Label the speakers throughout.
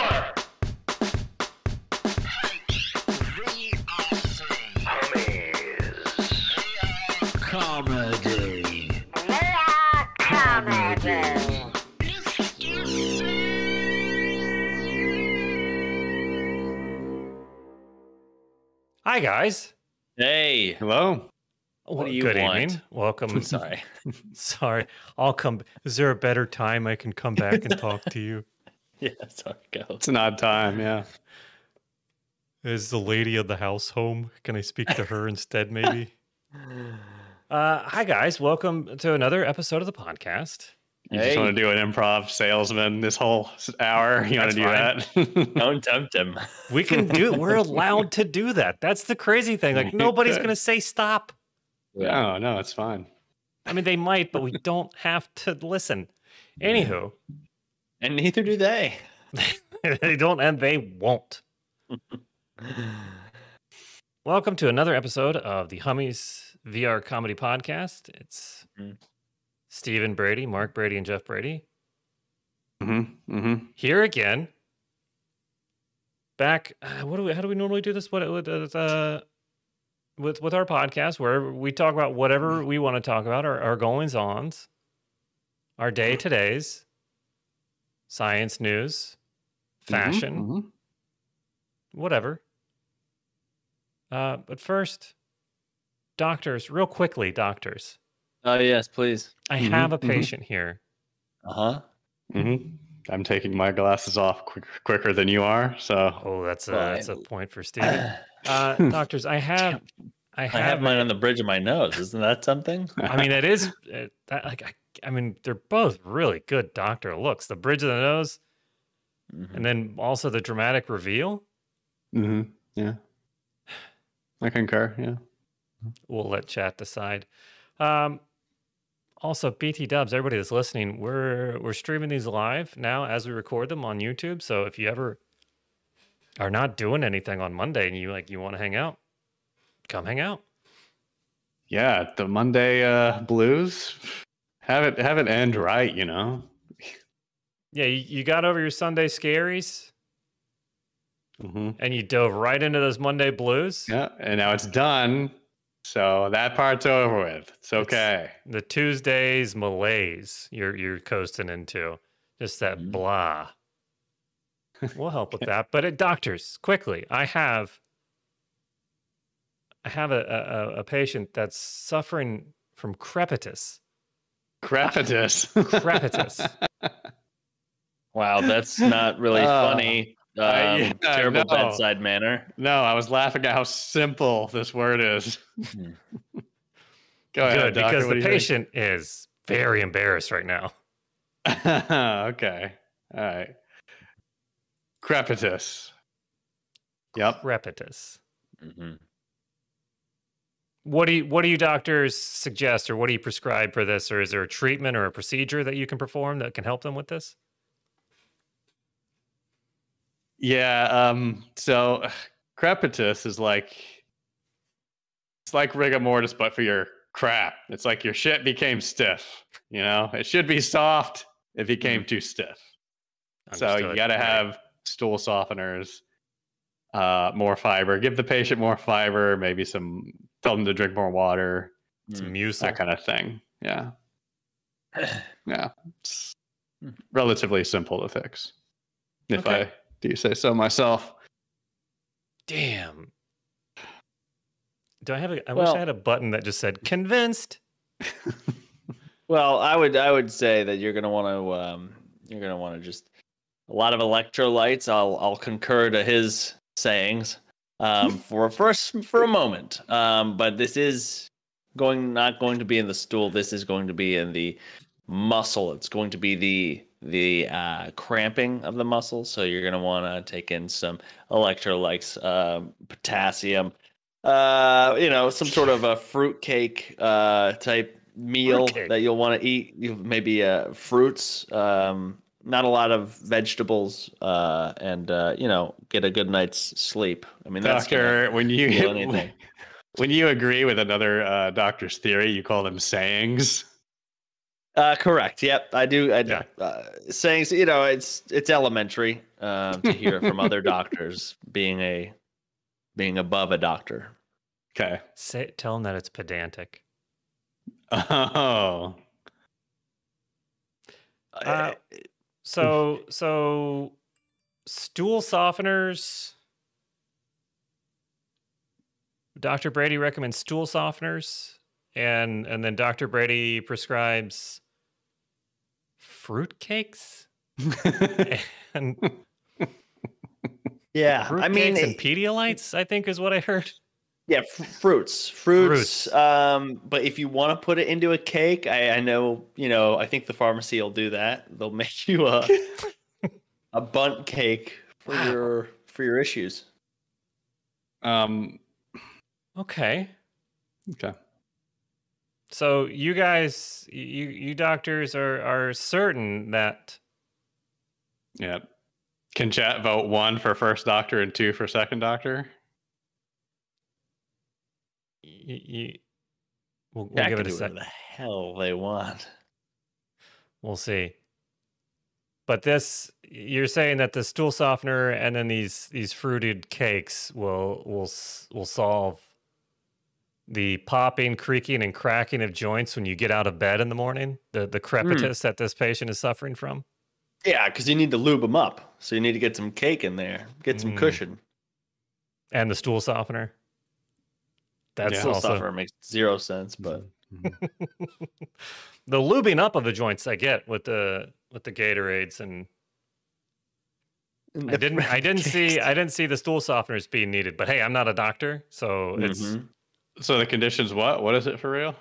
Speaker 1: four. Homies.
Speaker 2: Comedy.
Speaker 3: They are comedy.
Speaker 4: Hi guys.
Speaker 5: Hey, hello. What
Speaker 4: Well,
Speaker 5: do you
Speaker 4: Good
Speaker 5: want?
Speaker 4: evening. Welcome.
Speaker 5: I'm sorry.
Speaker 4: Sorry. I'll come. Is there a better time I can come back and talk to you?
Speaker 5: Yeah, sorry. Go.
Speaker 2: It's an odd time, yeah.
Speaker 4: Is the lady of the house home? Can I speak to her instead, maybe? Uh, hi guys. Welcome to another episode of the podcast.
Speaker 2: You just want to do an improv salesman this whole s- hour. You want to do
Speaker 5: That's
Speaker 2: that?
Speaker 5: Don't tempt him.
Speaker 4: We can do. We're allowed to do that. That's the crazy thing. Like nobody's
Speaker 2: Okay.
Speaker 4: gonna say stop.
Speaker 2: no, Oh, no, it's fine.
Speaker 4: I mean, they might, but we don't have to listen. Anywho,
Speaker 5: And neither do they.
Speaker 4: they don't and they won't. Welcome to another episode of the Hummies VR Comedy Podcast. It's
Speaker 5: Mhm.
Speaker 4: Stephen Brady, Mark Brady, and Jeff Brady
Speaker 2: Mm-hmm. Mm-hmm.
Speaker 4: here again. Back, uh, what do we? How do we normally do this? What with uh, with with our podcast, where we talk about whatever we want to talk about, our, our goings ons, our day todays, science news,
Speaker 2: Mm-hmm.
Speaker 4: fashion, whatever. Uh, but first, doctors, real quickly, doctors.
Speaker 5: Oh yes, please.
Speaker 4: I
Speaker 2: Mhm,
Speaker 4: have a
Speaker 2: mhm.
Speaker 4: patient here.
Speaker 5: Uh huh.
Speaker 2: hmm I'm taking my glasses off quick, quicker than you are. So,
Speaker 4: Oh, that's a
Speaker 5: Well,
Speaker 4: that's a point for Steven.
Speaker 5: I
Speaker 4: Uh, doctors, I have, I have,
Speaker 5: have mine on the bridge of my nose. Isn't that something?
Speaker 4: I mean, it is uh, that like I, I mean, they're both really good doctor looks. The bridge of the nose,
Speaker 5: Mhm.
Speaker 4: and then also the dramatic reveal.
Speaker 2: hmm yeah, I concur. Yeah.
Speaker 4: We'll let chat decide. Um, also, BT Dubs, everybody that's listening, we're we're streaming these live now as we record them on YouTube. So if you ever are not doing anything on Monday and you like you want to hang out, come hang out.
Speaker 2: Yeah, the Monday uh, blues. Have it have it end right, you know.
Speaker 4: Yeah, you, you got over your Sunday scaries
Speaker 2: hmm
Speaker 4: and you dove right into those Monday blues.
Speaker 2: Yeah, and now it's done. So that part's over with. It's okay.
Speaker 4: the Tuesdays malaise you're you're coasting into. Just that
Speaker 2: Mm-hmm.
Speaker 5: Mhm.
Speaker 4: blah. We'll help with that. But at doctors, quickly, I have I have a, a, a- a patient that's suffering from crepitus.
Speaker 2: Crepitus.
Speaker 4: Crepitus.
Speaker 5: Wow, that's not really
Speaker 2: Uh,
Speaker 5: funny. Um,
Speaker 2: I- yeah, I
Speaker 5: terrible
Speaker 2: know.
Speaker 5: bedside manner.
Speaker 2: no, I was laughing at how simple this word is. Go ahead,
Speaker 4: Hmm. Good,
Speaker 2: Oh, doctor,
Speaker 4: because the
Speaker 2: what do you think?
Speaker 4: patient is very embarrassed right now.
Speaker 2: okay. All right. Crepitus. Yep.
Speaker 4: Crepitus.
Speaker 5: Mhm.
Speaker 4: What do you what do you doctors suggest or what do you prescribe for this? Or is there a treatment or a procedure that you can perform that can help them with this?
Speaker 2: Yeah. Um. So, crepitus is like it's like rigor mortis, but for your crap. It's like your shit became stiff. You know, it should be soft. It
Speaker 4: Hmm.
Speaker 2: became too stiff. so you
Speaker 4: Understood,
Speaker 2: got to
Speaker 4: right.
Speaker 2: have stool softeners, uh, more fiber. Give the patient more fiber. Maybe some. Tell them to drink more water.
Speaker 4: some
Speaker 5: Mm.
Speaker 4: mucil.
Speaker 2: That kind of thing. Yeah.
Speaker 5: Hmm.
Speaker 2: Yeah. It's relatively simple to fix. If
Speaker 4: Okay.
Speaker 2: I do say so myself.
Speaker 4: Damn. Do I have a? I wish
Speaker 5: Well-
Speaker 4: I had a button that just said convinced.
Speaker 5: Well, I would I would say that you're gonna want to um, you're gonna want to just a lot of electrolytes. I'll I'll concur to his sayings um, for first for a moment. Um, but this is going not going to be in the stool. This is going to be in the muscle. It's going to be the the uh, cramping of the muscle. So you're gonna want to take in some electrolytes, um, potassium. Uh, you know, some sort of a fruitcake uh type meal
Speaker 4: Fruitcake.
Speaker 5: that you'll want to eat. You maybe uh fruits, um, not a lot of vegetables, uh, and uh, you know, get a good night's sleep. I mean, that's gonna
Speaker 2: Doctor, when you
Speaker 5: heal anything.
Speaker 2: when you agree with another uh, doctor's theory, you call them sayings.
Speaker 5: Uh, correct. Yep, I do. I do.
Speaker 2: Yeah.
Speaker 5: Uh, saying you know, it's it's elementary. um, to hear from other doctors being a being above a doctor.
Speaker 2: Okay.
Speaker 4: Say, tell him that it's pedantic.
Speaker 2: Oh.
Speaker 4: Uh,
Speaker 5: eh,
Speaker 4: So so stool softeners. Dr. Brady recommends stool softeners and and then Dr. Brady prescribes fruitcakes and
Speaker 5: yeah,
Speaker 4: fruitcakes
Speaker 5: I mean,
Speaker 4: and pedialites, I think is what I heard.
Speaker 5: yeah, fr- fruits, fruits. Um, but if you want to put it into a cake, I, I know, you know, I think the pharmacy will do that. They'll make you a a bunt cake for
Speaker 4: Wow.
Speaker 5: your for your issues.
Speaker 2: um.
Speaker 4: Okay.
Speaker 2: Okay.
Speaker 4: So you guys you you doctors are are certain that
Speaker 2: Yeah. Can chat vote one for first doctor and two for second doctor?
Speaker 4: y- y-
Speaker 5: Yeah,
Speaker 4: we'll, we'll
Speaker 5: I
Speaker 4: give
Speaker 5: can
Speaker 4: it a
Speaker 5: do
Speaker 4: sec.
Speaker 5: whatever the hell they want.
Speaker 4: We'll see. But this, you're saying that the stool softener and then these these fruited cakes will will s- will solve the popping, creaking, and cracking of joints when you get out of bed in the morning. The the
Speaker 5: Hmm.
Speaker 4: crepitus that this patient is suffering from.
Speaker 5: Yeah, because you need to lube them up. So you need to get some cake in there, get some
Speaker 4: Mm.
Speaker 5: cushion.
Speaker 4: and the stool softener. That's
Speaker 2: Yeah.
Speaker 5: Still
Speaker 4: also
Speaker 5: suffer makes zero sense, but
Speaker 4: the lubing up of the joints. I get with the with the Gatorades, and I didn't I didn't see I didn't see the stool softeners being needed. But hey, I'm not a doctor, so oh, it's
Speaker 5: Mhm.
Speaker 2: So the condition's what? What is it for real?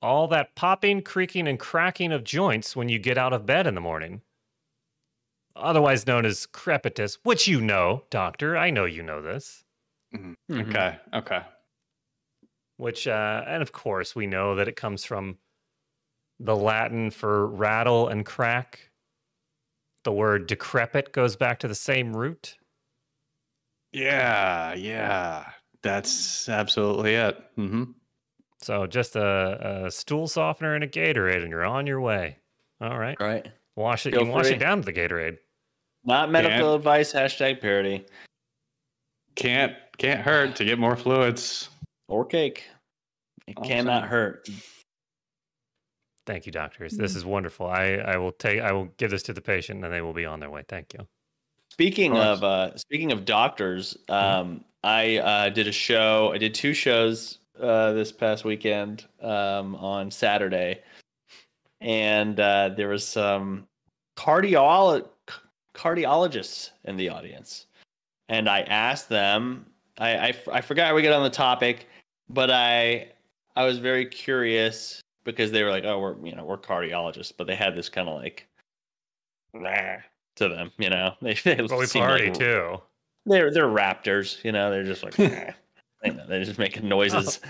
Speaker 4: all that popping, creaking, and cracking of joints when you get out of bed in the morning. Otherwise known as crepitus, which you know, doctor. I know you know this.
Speaker 5: Mhm.
Speaker 2: Okay. Okay.
Speaker 4: which uh, and of course we know that it comes from the latin for rattle and crack the word decrepit goes back to the same root
Speaker 2: Yeah. Yeah. That's absolutely it. Mm-hmm.
Speaker 4: so just a, a stool softener and a gatorade and you're on your way all right
Speaker 5: Right.
Speaker 4: wash it you
Speaker 5: Feel
Speaker 4: can wash
Speaker 5: free.
Speaker 4: it down to the gatorade
Speaker 5: Not medical advice, hashtag parody.
Speaker 2: Can't can't hurt to get more fluids.
Speaker 5: Or cake. It
Speaker 2: Awesome.
Speaker 5: cannot hurt.
Speaker 4: thank you doctors this is wonderful i i will take i will give this to the patient and they will be on their way thank you
Speaker 5: Speaking
Speaker 2: course.
Speaker 5: of uh, speaking of doctors, um, I uh, did a show. I did two shows uh, this past weekend um, on Saturday, and uh, there was some cardiolo- c- cardiologists in the audience, and I asked them. I, I f- I forgot how we got on the topic, but I I was very curious because they were like, oh, we're you know we're cardiologists, but they had this kind of like. Nah, to them, you know. They, they
Speaker 4: well we
Speaker 5: seemed like
Speaker 4: party too
Speaker 5: they're they're raptors, you know. They're just like "Meh." you know, they're just making noises.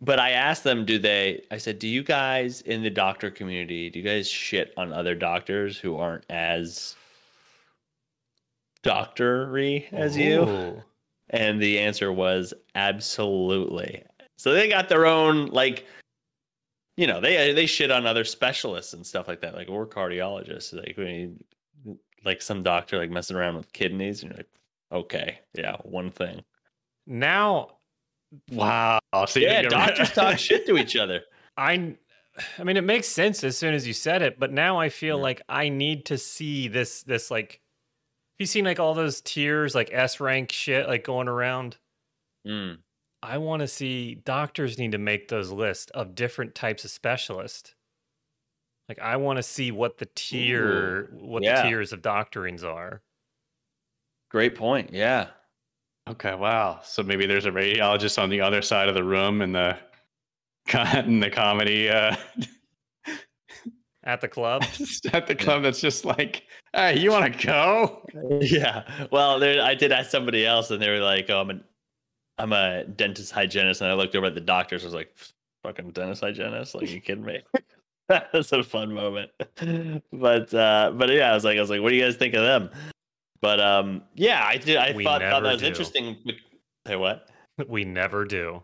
Speaker 5: But I asked them, do they? I said, do you guys in the doctor community, do you guys shit on other doctors who aren't as doctory as you?
Speaker 4: Ooh.
Speaker 5: And the answer was absolutely. So they got their own like, you know, they they shit on other specialists and stuff like that. Like we're cardiologists, like we like some doctor like messing around with kidneys, and you're like, okay, yeah, one thing.
Speaker 4: now
Speaker 2: Wow. See,
Speaker 5: Yeah,
Speaker 2: you're-
Speaker 5: doctors talk shit to each other.
Speaker 4: I I mean it makes sense as soon as you said it, but now I feel
Speaker 5: Yeah.
Speaker 4: like I need to see this this like have you seen like all those tiers like S rank shit like going around?
Speaker 5: Mm,
Speaker 4: I want to see doctors need to make those lists of different types of specialists. Like I want to see what the tier what
Speaker 5: yeah.
Speaker 4: the tiers of doctorings are.
Speaker 5: great point. Yeah,
Speaker 2: Okay, wow. So maybe there's a radiologist on the other side of the room in the co- in the comedy uh,
Speaker 4: At the club,
Speaker 2: at the club that's just like, hey, you want to go?
Speaker 5: yeah. Well, there, I did ask somebody else, and they were like, oh, I'm an I'm a dentist hygienist, and I looked over at the doctors. I was like, "Fucking dentist hygienist? Like, you kidding me?" That's a fun moment. But uh, but yeah, I was like, I was like, "What do you guys think of them?" But um, yeah, I did. I
Speaker 4: We
Speaker 5: thought, thought
Speaker 4: never
Speaker 5: that was
Speaker 4: do.
Speaker 5: interesting. be- Say what?
Speaker 4: we never do.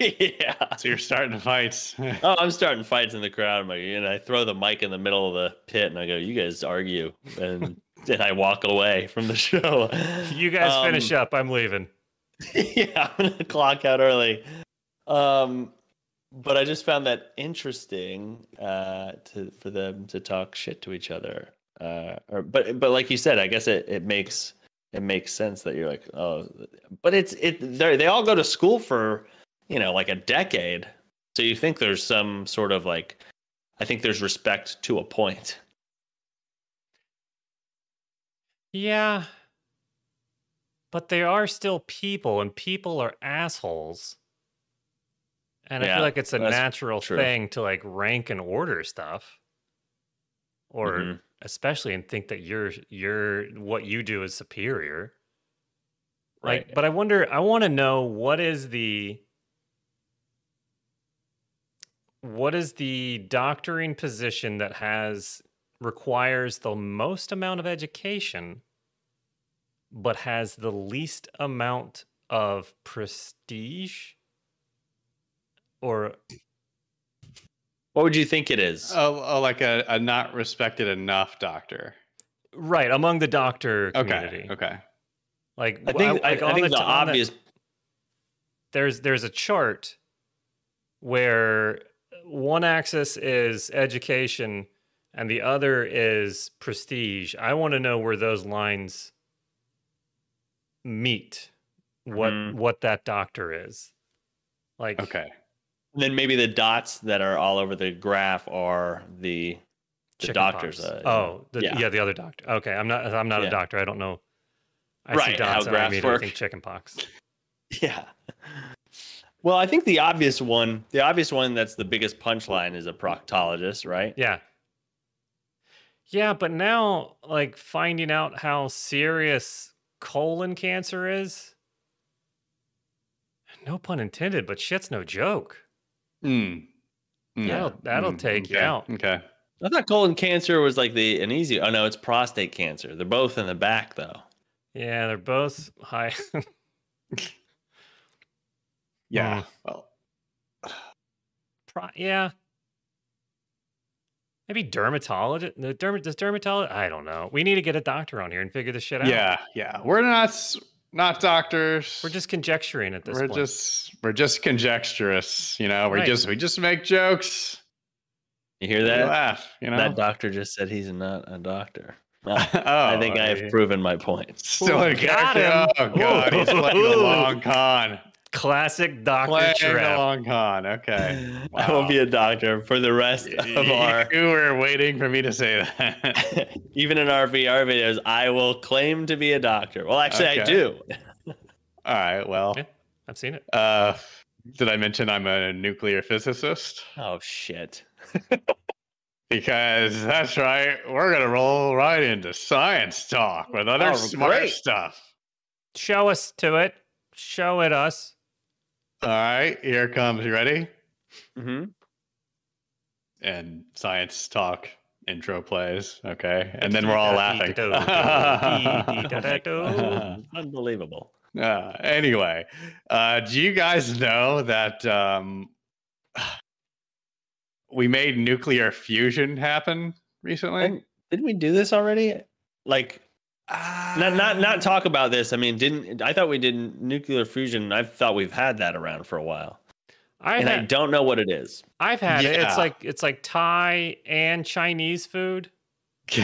Speaker 5: yeah.
Speaker 2: So you're starting fights.
Speaker 5: Oh, I'm starting fights in the crowd. I'm like, and I throw the mic in the middle of the pit, and I go, "You guys argue," and Did I walk away from the show?
Speaker 4: You guys
Speaker 5: Um,
Speaker 4: finish up. I'm leaving.
Speaker 5: yeah, I'm gonna clock out early. Um, but I just found that interesting uh, to for them to talk shit to each other. Uh, or but but like you said, I guess it, it makes it makes sense that you're like oh, but it's it they they all go to school for you know like a decade, so you think there's some sort of like I think there's respect to a point.
Speaker 4: Yeah. But they are still people, and people are assholes. And I
Speaker 5: Yeah,
Speaker 4: feel like it's a
Speaker 5: that's
Speaker 4: natural
Speaker 5: true.
Speaker 4: thing to like rank and order stuff. Or
Speaker 5: Mhm.
Speaker 4: especially and think that you're you're what you do is superior. Like,
Speaker 5: Right.
Speaker 4: but I wonder, I want to know what is the what is the doctoring position that has requires the most amount of education but has the least amount of prestige or
Speaker 5: What would you think it
Speaker 4: Uh,
Speaker 5: is?
Speaker 2: Oh, oh like a, a not respected enough doctor.
Speaker 4: right among the doctor community
Speaker 2: Okay. Okay.
Speaker 4: like
Speaker 5: I think I,
Speaker 4: like
Speaker 5: I
Speaker 4: on
Speaker 5: think the,
Speaker 4: t- on
Speaker 5: obvious.
Speaker 4: there's there's a chart where one axis is education and the other is prestige. I want to know where those lines meet. What
Speaker 5: Mhm.
Speaker 4: what that doctor is. Like
Speaker 2: Okay.
Speaker 5: And then maybe the dots that are all over the graph are the the
Speaker 4: chicken
Speaker 5: doctors.
Speaker 4: pox.
Speaker 5: uh,
Speaker 4: oh, the, yeah.
Speaker 5: yeah.
Speaker 4: the other doctor. Okay, I'm not I'm not a
Speaker 5: Yeah.
Speaker 4: doctor. I don't know. I see
Speaker 5: Right, how
Speaker 4: dots and I
Speaker 5: graphs
Speaker 4: immediately
Speaker 5: work.
Speaker 4: think chicken pox.
Speaker 5: yeah. Well, I think the obvious one, the obvious one that's the biggest punchline is a proctologist, right?
Speaker 4: Yeah. Yeah, but now like finding out how serious colon cancer is. No pun intended, but shit's no joke.
Speaker 2: Mm. Mm.
Speaker 4: That'll- that'll take you
Speaker 2: okay,
Speaker 4: out.
Speaker 2: Okay.
Speaker 5: I thought colon cancer was like the an easy. Oh no, it's prostate cancer. They're both in the back though.
Speaker 4: Yeah, they're both high.
Speaker 2: Yeah.
Speaker 4: Mm.
Speaker 2: Well,
Speaker 4: pro- yeah. Maybe dermatologist. The derm- does dermatologist? I don't know. We need to get a doctor on here and figure this shit out.
Speaker 2: yeah. Yeah. We're not s- not doctors.
Speaker 4: We're just conjecturing at this
Speaker 2: we're
Speaker 4: point.
Speaker 2: just we're just conjecturous, you know. We
Speaker 4: Right.
Speaker 2: just we just make jokes.
Speaker 5: You hear
Speaker 2: We
Speaker 5: that?
Speaker 2: laugh, you know.
Speaker 5: That doctor just said he's not a doctor. No,
Speaker 2: oh,
Speaker 5: I think I have
Speaker 2: yeah.
Speaker 5: proven my point.
Speaker 2: still in
Speaker 4: Ooh, got
Speaker 2: character.
Speaker 4: him.
Speaker 2: Oh god, he's playing the
Speaker 4: Ooh.
Speaker 2: long con.
Speaker 4: Classic doctor
Speaker 2: Playing the
Speaker 4: trap.
Speaker 2: long con. Okay.
Speaker 5: I won't
Speaker 2: Wow.
Speaker 5: be a doctor for the rest of our
Speaker 2: you were waiting for me to say that.
Speaker 5: even in our VR videos, I will claim to be a doctor. Well, actually, I
Speaker 2: Okay.
Speaker 5: do.
Speaker 2: All right. Well,
Speaker 4: Yeah. I've seen it.
Speaker 2: uh, did I mention I'm a nuclear physicist?
Speaker 5: Oh shit!
Speaker 2: Because that's right. We're gonna roll right into science talk with other
Speaker 5: Oh,
Speaker 2: smart
Speaker 5: great.
Speaker 2: stuff.
Speaker 4: Show us to it. Show it us.
Speaker 2: All right. Here comes. You ready?
Speaker 5: Mm-hmm.
Speaker 2: and science talk intro plays. Okay. And then we're all laughing.
Speaker 4: laughing.
Speaker 5: Unbelievable.
Speaker 2: Uh, anyway, uh, do you guys know that um, we made nuclear fusion happen recently?
Speaker 5: And didn't we do this already? Like, not not not talk about this. I mean, didn't I thought we did nuclear fusion? I thought we've had that around for a while,
Speaker 4: I've
Speaker 5: and I
Speaker 4: had,
Speaker 5: don't know what it is.
Speaker 4: I've had it. It's
Speaker 2: Yeah.
Speaker 4: like it's like Thai and Chinese food.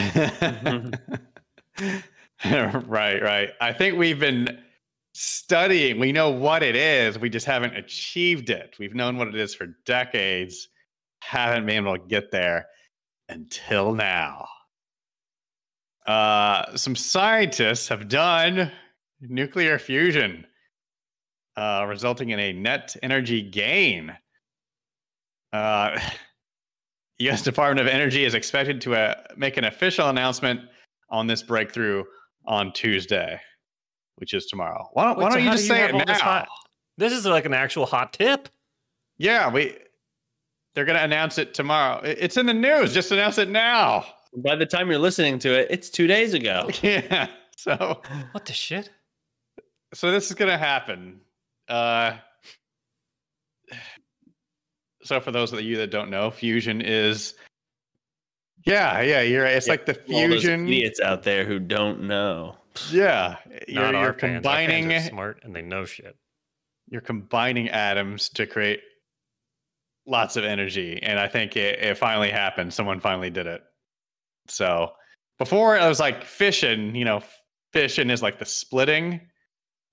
Speaker 2: right, right. I think we've been studying. We know what it is. We just haven't achieved it. We've known what it is for decades, haven't been able to get there until now. Uh, some scientists have done nuclear fusion, uh, resulting in a net energy gain. Uh, U.S. Department of Energy is expected to uh, make an official announcement on this breakthrough on Tuesday, which is tomorrow. Why don't, why
Speaker 4: Wait, so
Speaker 2: don't you
Speaker 4: how
Speaker 2: just
Speaker 4: do
Speaker 2: say
Speaker 4: have
Speaker 2: it
Speaker 4: all
Speaker 2: now?
Speaker 4: This, hot- this is like an actual hot tip.
Speaker 2: Yeah, we they're going to announce it tomorrow. I- It's in the news. Just announce it now.
Speaker 5: By the time you're listening to it, it's two days ago.
Speaker 2: Yeah. So
Speaker 4: What the shit?
Speaker 2: so this is going to happen. Uh so for those of you that don't know, fusion is Yeah, yeah, you're right. It's
Speaker 5: Yeah,
Speaker 2: like the
Speaker 5: All those
Speaker 2: fusion.
Speaker 5: idiots out there who don't know.
Speaker 2: Yeah, you're,
Speaker 4: Not
Speaker 2: you're
Speaker 4: our fans. Our fans are
Speaker 2: combining
Speaker 4: smart and they know shit.
Speaker 2: you're combining atoms to create lots of energy, and I think it, it finally happened. Someone finally did it. So before it was like fission, you know, fission is like the splitting,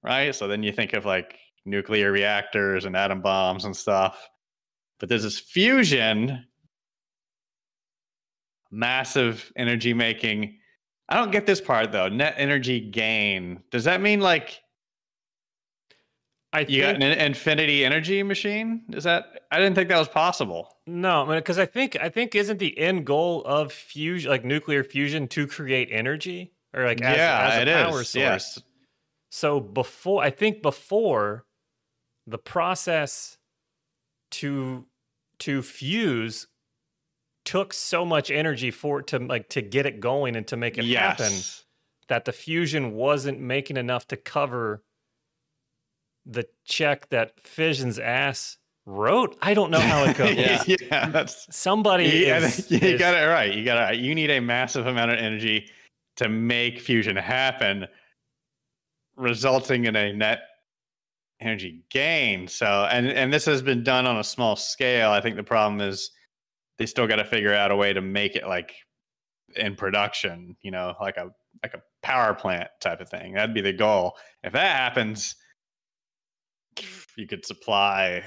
Speaker 2: right? So then you think of like nuclear reactors and atom bombs and stuff. But this is fusion, massive energy making. I don't get this part though. Net energy gain. Does that mean like
Speaker 4: I
Speaker 2: you got
Speaker 4: think-
Speaker 2: an in- infinity energy machine? Is that I didn't think that was possible.
Speaker 4: No, because I think I think isn't the end goal of fusion like nuclear fusion to create energy or like as,
Speaker 2: yeah,
Speaker 4: as a
Speaker 2: it is.
Speaker 4: power source.
Speaker 2: Yes.
Speaker 4: So before I think before the process to to fuse took so much energy for it to like to get it going and to make it happen
Speaker 2: Yes.
Speaker 4: that the fusion wasn't making enough to cover the check that fission's ass wrote. I don't know how it goes.
Speaker 5: Yeah.
Speaker 2: yeah, that's
Speaker 4: Somebody
Speaker 2: you, I
Speaker 4: is,
Speaker 2: think you
Speaker 4: is-
Speaker 2: got it right. You got it right. You need a massive amount of energy to make fusion happen, resulting in a net energy gain. So, and and this has been done on a small scale. I think the problem is they still got to figure out a way to make it like in production. You know, like a like a power plant type of thing. That'd be the goal. If that happens, you could supply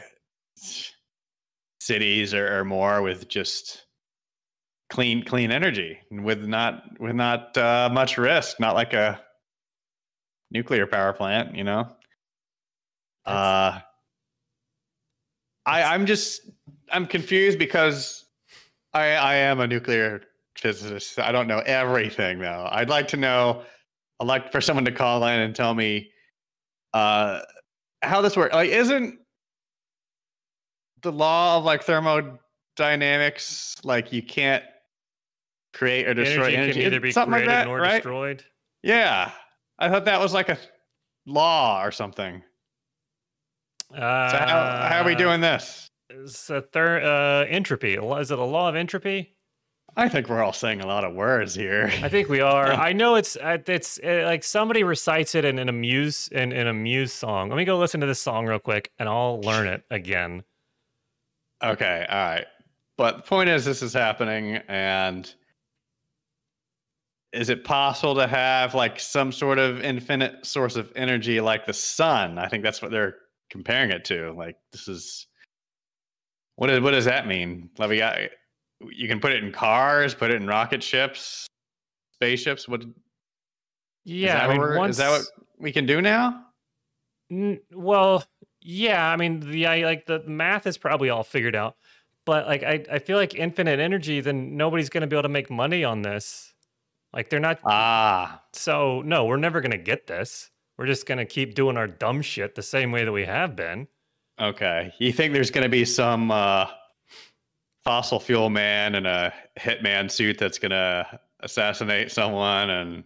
Speaker 2: cities or, or more with just clean clean energy and with not with not uh, much risk not like a nuclear power plant you know uh i i'm just i'm confused because i i am a nuclear physicist i don't know everything though i'd like to know i'd like for someone to call in and tell me uh how this works like isn't the law of like thermodynamics like you can't create or destroy energy,
Speaker 4: energy, can either be
Speaker 2: something like
Speaker 4: created
Speaker 2: that
Speaker 4: nor
Speaker 2: right
Speaker 4: destroyed.
Speaker 2: yeah i thought that was like a law or something so how, how are we
Speaker 4: Uh,
Speaker 2: doing this
Speaker 4: It's a thir- uh, entropy. A lo- Is it a law of entropy?
Speaker 2: i think we're all saying a lot of words here
Speaker 4: I think we are. I know it's uh, it's uh, like somebody recites it in an amuse in, in a muse song. Let me go listen to this song real quick, and I'll learn it again.
Speaker 2: okay all right but the point is this is happening and is it possible to have like some sort of infinite source of energy like the sun i think that's what they're comparing it to like this is what is what does that mean like we got you can put it in cars put it in rocket ships spaceships what is
Speaker 4: Yeah,
Speaker 2: that
Speaker 4: I
Speaker 2: what
Speaker 4: mean,
Speaker 2: we're-
Speaker 4: once
Speaker 2: is that what we can do now
Speaker 4: N- well, yeah, I mean the I, like the math is probably all figured out, but like I, I feel like infinite energy. Then nobody's going to be able to make money on this. Like they're not.
Speaker 2: ah
Speaker 4: So no, we're never going to get this. We're just going to keep doing our dumb shit the same way that we have been.
Speaker 2: Okay. You think there's going to be some uh, fossil fuel man in a hitman suit that's going to assassinate someone and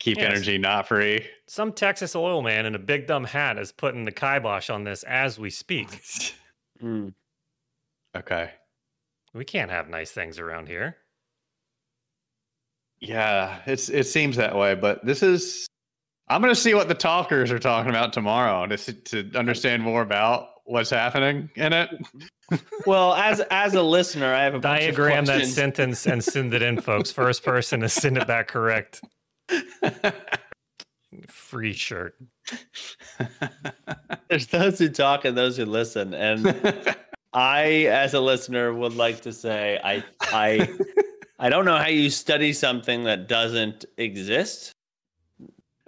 Speaker 2: keep
Speaker 4: Yes.
Speaker 2: energy not free?
Speaker 4: Some Texas oil man in a big dumb hat is putting the kibosh on this as we speak.
Speaker 5: Hmm.
Speaker 2: okay.
Speaker 4: we can't have nice things around here.
Speaker 2: Yeah, it's it seems that way, but this is I'm going to see what the talkers are talking about tomorrow to s- to understand more about what's happening in it.
Speaker 5: Well, as as a listener, I have a bunch of
Speaker 4: Diagram that
Speaker 5: questions.
Speaker 4: sentence and send it in, folks. First person to send it back correct. Free shirt.
Speaker 5: There's those who talk and those who listen, and I, as a listener, would like to say I I I don't know how you study something that doesn't exist.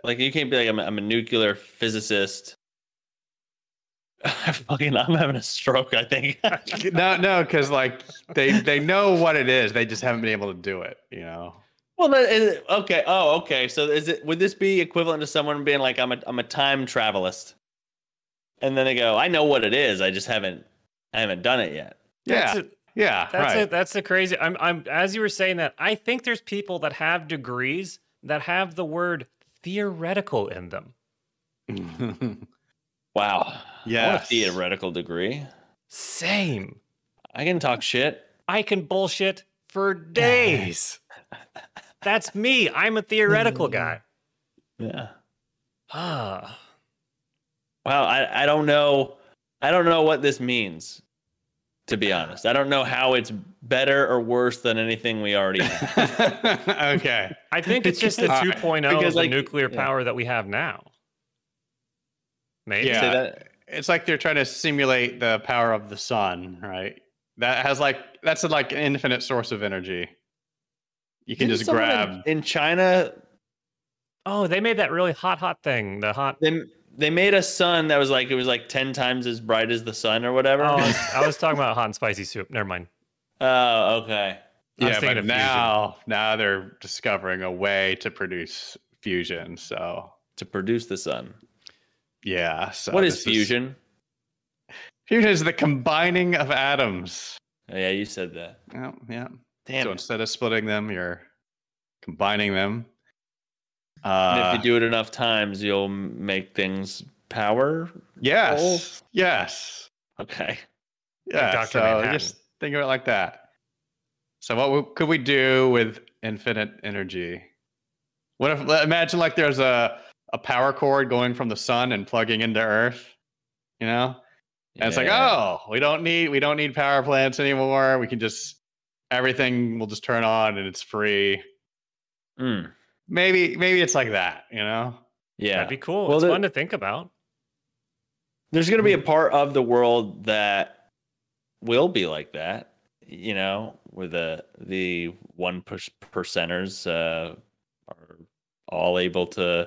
Speaker 5: Like you can't be like I'm, a- I'm a nuclear physicist. Fucking, I'm having a stroke. I think.
Speaker 2: no, no, because like they they know what it is, they just haven't been able to do it. You know.
Speaker 5: well, that is okay. Oh, okay. So is it? Would this be equivalent to someone being like I'm a I'm a time travelist, and then they go, I know what it is. I just haven't I haven't done it yet.
Speaker 2: Yeah,
Speaker 4: That's it.
Speaker 2: yeah,
Speaker 4: That's
Speaker 2: right.
Speaker 4: it. That's the crazy. I'm, I'm, as you were saying that, I think there's people that have degrees that have the word theoretical in them.
Speaker 5: Wow. I want a
Speaker 2: Yes.
Speaker 5: theoretical degree.
Speaker 4: Same.
Speaker 5: I can talk shit.
Speaker 4: I can bullshit for days. That's me. I'm a theoretical guy.
Speaker 5: Yeah.
Speaker 4: Ah,
Speaker 5: Wow, I, I don't know I don't know what this means, to be honest. I don't know how it's better or worse than anything we already have.
Speaker 2: okay.
Speaker 4: I think it's just the
Speaker 2: Because-
Speaker 4: 2.0 of
Speaker 5: because,
Speaker 4: the
Speaker 5: like,
Speaker 4: nuclear
Speaker 5: yeah.
Speaker 4: power that we have now. Maybe.
Speaker 2: Yeah.
Speaker 5: Say that-
Speaker 2: It's like they're trying to simulate the power of the sun, right? That has like that's like an infinite source of energy. You can
Speaker 5: Didn't
Speaker 2: just
Speaker 5: someone in-
Speaker 2: grab.
Speaker 5: in China
Speaker 4: Oh, they made that really hot, hot thing. The hot.
Speaker 5: they they made a sun that was like it was like ten times as bright as the sun or
Speaker 4: Oh,
Speaker 5: whatever.
Speaker 4: I was, I was talking about hot and spicy soup. Never mind.
Speaker 5: oh, okay.
Speaker 4: I was
Speaker 2: yeah,
Speaker 4: thinking
Speaker 2: but
Speaker 4: of fusion.
Speaker 2: now now they're discovering a way to produce fusion. So
Speaker 5: To produce the sun.
Speaker 2: yeah. So
Speaker 5: what is
Speaker 2: this
Speaker 5: fusion?
Speaker 2: fusion is the combining of atoms.
Speaker 5: Oh, yeah, you said that.
Speaker 2: Yeah, yeah.
Speaker 5: Damn.
Speaker 2: so
Speaker 5: it.
Speaker 2: instead of splitting them, you're combining them.
Speaker 5: And
Speaker 2: Uh,
Speaker 5: if you do it enough times, you'll m- make things power.
Speaker 2: yes, yes,
Speaker 5: Okay.
Speaker 2: yeah.
Speaker 4: Dr.
Speaker 2: So
Speaker 4: Manhattan.
Speaker 2: just think of it like that. So what w- could we do with infinite energy? What if le- imagine like there's a a power cord going from the sun and plugging into Earth, you know? And it's like,
Speaker 5: Yeah.
Speaker 2: oh, we don't need we don't need power plants anymore. We can just everything will just turn on and it's free. oh!
Speaker 5: Mm,
Speaker 2: Maybe maybe it's like that, you know?
Speaker 5: yeah.
Speaker 4: That'd be cool.
Speaker 5: Well,
Speaker 4: it's
Speaker 5: the-
Speaker 4: fun to think about.
Speaker 5: There's going to be a part of the world that will be like that, you know, where the the one push percenters uh, are all able to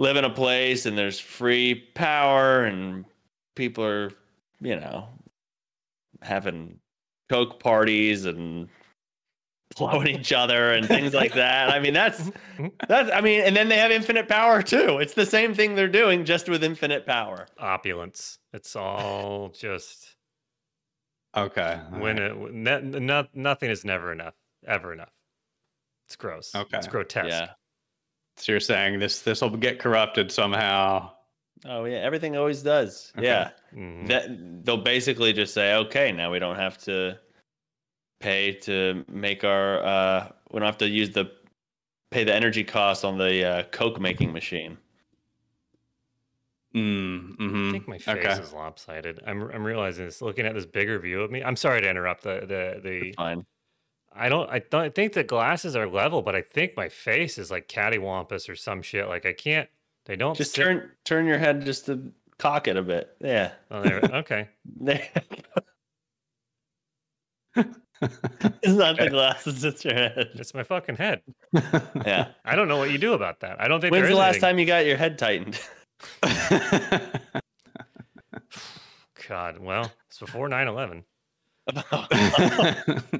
Speaker 5: live in a place and there's free power and people are, you know, having coke parties and blowing each other and things like that. I mean, that's that's I mean, and then they have infinite power too. It's the same thing they're doing just with infinite power.
Speaker 4: Opulence. It's all just
Speaker 2: Okay. all
Speaker 4: when
Speaker 2: right.
Speaker 4: it, when- no, no, nothing is never enough, ever enough. It's gross. It's
Speaker 2: Okay.
Speaker 4: grotesque.
Speaker 5: Yeah.
Speaker 2: so you're saying this this will get corrupted somehow.
Speaker 5: Oh yeah, everything always does.
Speaker 2: Okay.
Speaker 5: Yeah.
Speaker 4: Mhm.
Speaker 5: That they'll basically just say, okay, now we don't have to pay to make our uh we don't have to use the pay the energy costs on the uh, coke making machine.
Speaker 2: Mm,
Speaker 4: I
Speaker 2: hmm
Speaker 4: think my face
Speaker 2: okay.
Speaker 4: is lopsided. I'm I'm realizing this. Looking at this bigger view of me. I'm sorry to interrupt. The the the.
Speaker 5: Fine.
Speaker 4: I don't. I don't I think the glasses are level, but I think my face is like cattywampus or some shit. Like I can't. They don't.
Speaker 5: Just
Speaker 4: sit-
Speaker 5: turn turn your head just to cock it a bit. Yeah.
Speaker 4: Oh, there, okay.
Speaker 5: it's not the glasses, it's your head.
Speaker 4: It's my fucking head.
Speaker 5: Yeah.
Speaker 4: I don't know what you do about that. I don't think.
Speaker 5: When's
Speaker 4: there
Speaker 5: the
Speaker 4: is
Speaker 5: last
Speaker 4: anything-
Speaker 5: time you got your head tightened?
Speaker 4: God. Well, it's before 9/11.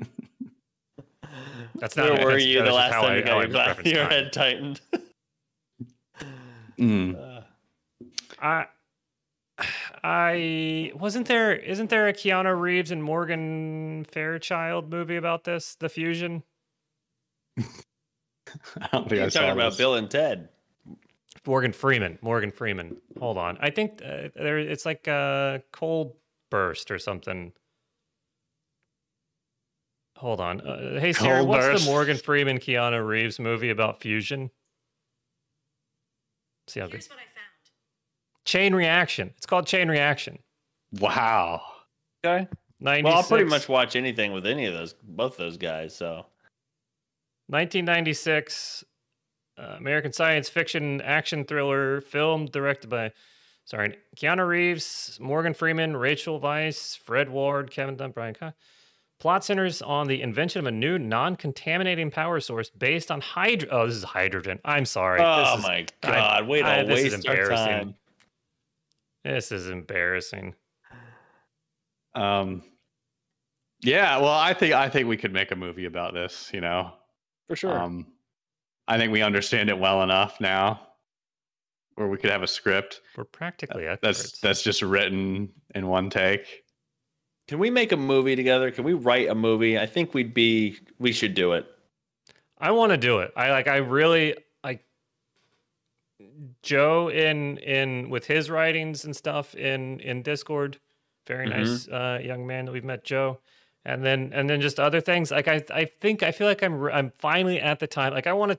Speaker 4: That's not.
Speaker 5: Where
Speaker 4: an
Speaker 5: were
Speaker 4: offense,
Speaker 5: you the
Speaker 4: that is just
Speaker 5: last
Speaker 4: how
Speaker 5: time
Speaker 4: I-
Speaker 5: you
Speaker 4: how
Speaker 5: got
Speaker 4: I
Speaker 5: your, gla-
Speaker 4: reference
Speaker 5: your
Speaker 4: time.
Speaker 5: head tightened?
Speaker 2: Mm.
Speaker 5: Uh,
Speaker 4: I I wasn't there isn't there a Keanu Reeves and Morgan Fairchild movie about this, the fusion?
Speaker 2: I don't think I
Speaker 5: you're
Speaker 2: saw
Speaker 5: talking about
Speaker 2: this.
Speaker 5: Bill and Ted.
Speaker 4: Morgan Freeman, Morgan Freeman. Hold on. I think uh, there it's like a cold burst or something. Hold on. Uh, hey Sarah,
Speaker 2: Cold
Speaker 4: what's
Speaker 2: burst.
Speaker 4: the Morgan Freeman Keanu Reeves movie about fusion? See how good.
Speaker 1: Here's what I found.
Speaker 4: Chain reaction. It's called Chain Reaction.
Speaker 2: Wow.
Speaker 5: Okay.
Speaker 4: 96,
Speaker 5: Well, I'll pretty much watch anything with any of those, both those guys. So
Speaker 4: 1996 uh, American science fiction action thriller film directed by sorry Keanu Reeves, Morgan Freeman, Rachel Weisz, Fred Ward, Kevin Dunn, Brian Cox. Plot centers on the invention of a new non-contaminating power source based on hydro. Oh, this is hydrogen. I'm sorry.
Speaker 5: oh
Speaker 4: this is,
Speaker 5: my god, way to
Speaker 4: I- this is
Speaker 5: waste our
Speaker 4: embarrassing.
Speaker 5: time.
Speaker 4: This is embarrassing.
Speaker 2: Um. Yeah. Well, I think I think we could make a movie about this. You know.
Speaker 5: For sure.
Speaker 2: Um, I think we understand it well enough now, where we could have a script
Speaker 4: We're practically experts.
Speaker 2: that's that's just written in one take.
Speaker 5: Can we make a movie together? Can we write a movie? I think we'd be we should do it.
Speaker 4: I want to do it. I like. I really like Joe in in with his writings and stuff in in Discord. Very
Speaker 5: Mhm.
Speaker 4: nice uh, young man that we've met, Joe. and then and then just other things like i i think i feel like i'm re- i'm finally at the time like i want to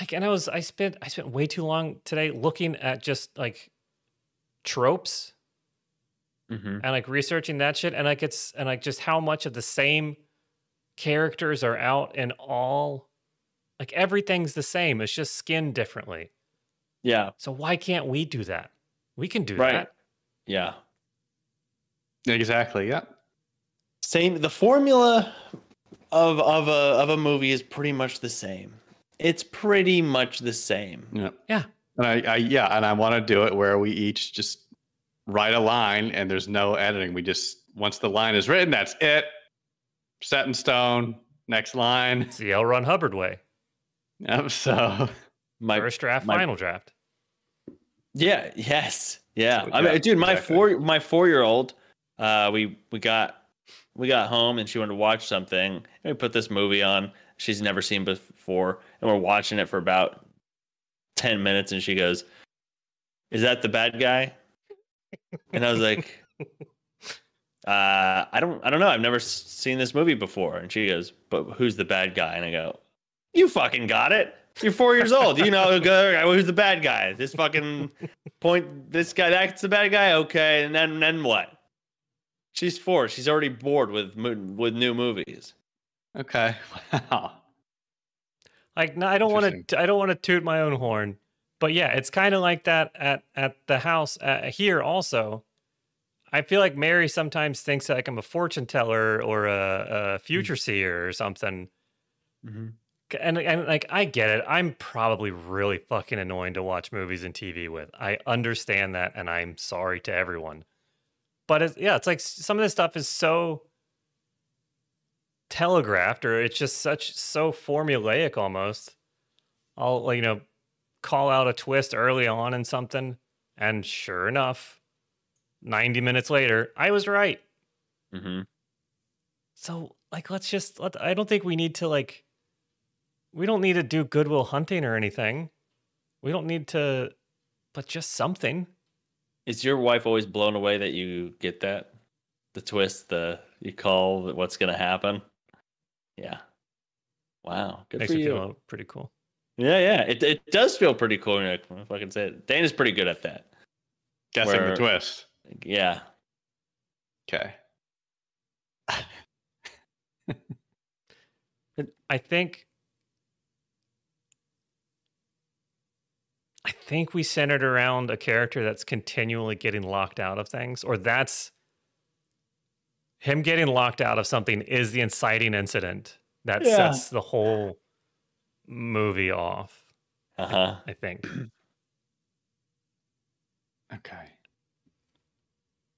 Speaker 4: like and i was i spent i spent way too long today looking at just like tropes
Speaker 5: Mm-hmm.
Speaker 4: and like researching that shit and like it's and like just how much of the same characters are out in all like everything's the same it's just skinned differently
Speaker 5: Yeah.
Speaker 4: so why can't we do that we can do
Speaker 5: Right.
Speaker 4: that
Speaker 5: Yeah.
Speaker 2: Exactly. Yeah.
Speaker 5: Same. The formula of of a of a movie is pretty much the same. It's pretty much the same.
Speaker 2: Yeah.
Speaker 4: Yeah.
Speaker 2: And I, I yeah, and I want to do it where we each just write a line and there's no editing. We just once the line is written, that's it. Set in stone. Next line.
Speaker 4: it's the l ron hubbard way
Speaker 2: Yep, so
Speaker 5: My
Speaker 4: first draft
Speaker 5: my-
Speaker 4: final draft
Speaker 5: Yeah. Yes. Yeah.
Speaker 2: So,
Speaker 5: I
Speaker 2: yeah,
Speaker 5: mean, dude, my
Speaker 2: exactly.
Speaker 5: four my four year old, uh, we we got we got home and she wanted to watch something. And we put this movie on she's never seen before, and we're watching it for about ten minutes, and she goes, "Is that the bad guy?" And I was like, uh, "I don't I don't know. I've never s- seen this movie before." And she goes, "But who's the bad guy?" And I go, "You fucking got it." You're four years old. You know go, who's the bad guy. This fucking point. This guy. That's the bad guy. Okay, and then then what? She's four. She's already bored with mo- with new movies.
Speaker 2: okay. Wow.
Speaker 4: Like no, I don't want
Speaker 2: Interesting.
Speaker 4: to. I don't want to toot my own horn, but yeah, it's kind of like that at at the house uh, here also. I feel like Mary sometimes thinks like I'm a fortune teller or a, a
Speaker 5: Hmm.
Speaker 4: future seer or something, Mm-hmm. C- and and like I get it. I'm probably really fucking annoying to watch movies and TV with. I understand that, and I'm sorry to everyone. But it's, yeah, it's like s- some of this stuff is so telegraphed, or it's just such so formulaic almost. I'll like, you know call out a twist early on in something, and sure enough, ninety minutes later, I was right.
Speaker 5: Mm-hmm.
Speaker 4: So like let's just let I don't think we need to like we don't need to do goodwill hunting or anything. We don't need to but just something.
Speaker 5: Is your wife always blown away that you get that? The twist, the you call the- what's gonna happen. Yeah. Wow. Good
Speaker 4: Makes
Speaker 5: for
Speaker 4: me
Speaker 5: you.
Speaker 4: feel pretty cool.
Speaker 5: yeah, yeah. It, it does feel pretty cool. when You're like, "Well, if I can say it. Dana's pretty good at that.
Speaker 2: Guessing
Speaker 5: Where-
Speaker 2: the twist.
Speaker 5: Yeah.
Speaker 2: Okay.
Speaker 4: I think I think we centered around a character that's continually getting locked out of things, or that's him getting locked out of something is the inciting incident that
Speaker 5: Yeah.
Speaker 4: sets the whole movie off,
Speaker 5: Uh huh.
Speaker 4: I think.
Speaker 2: Okay.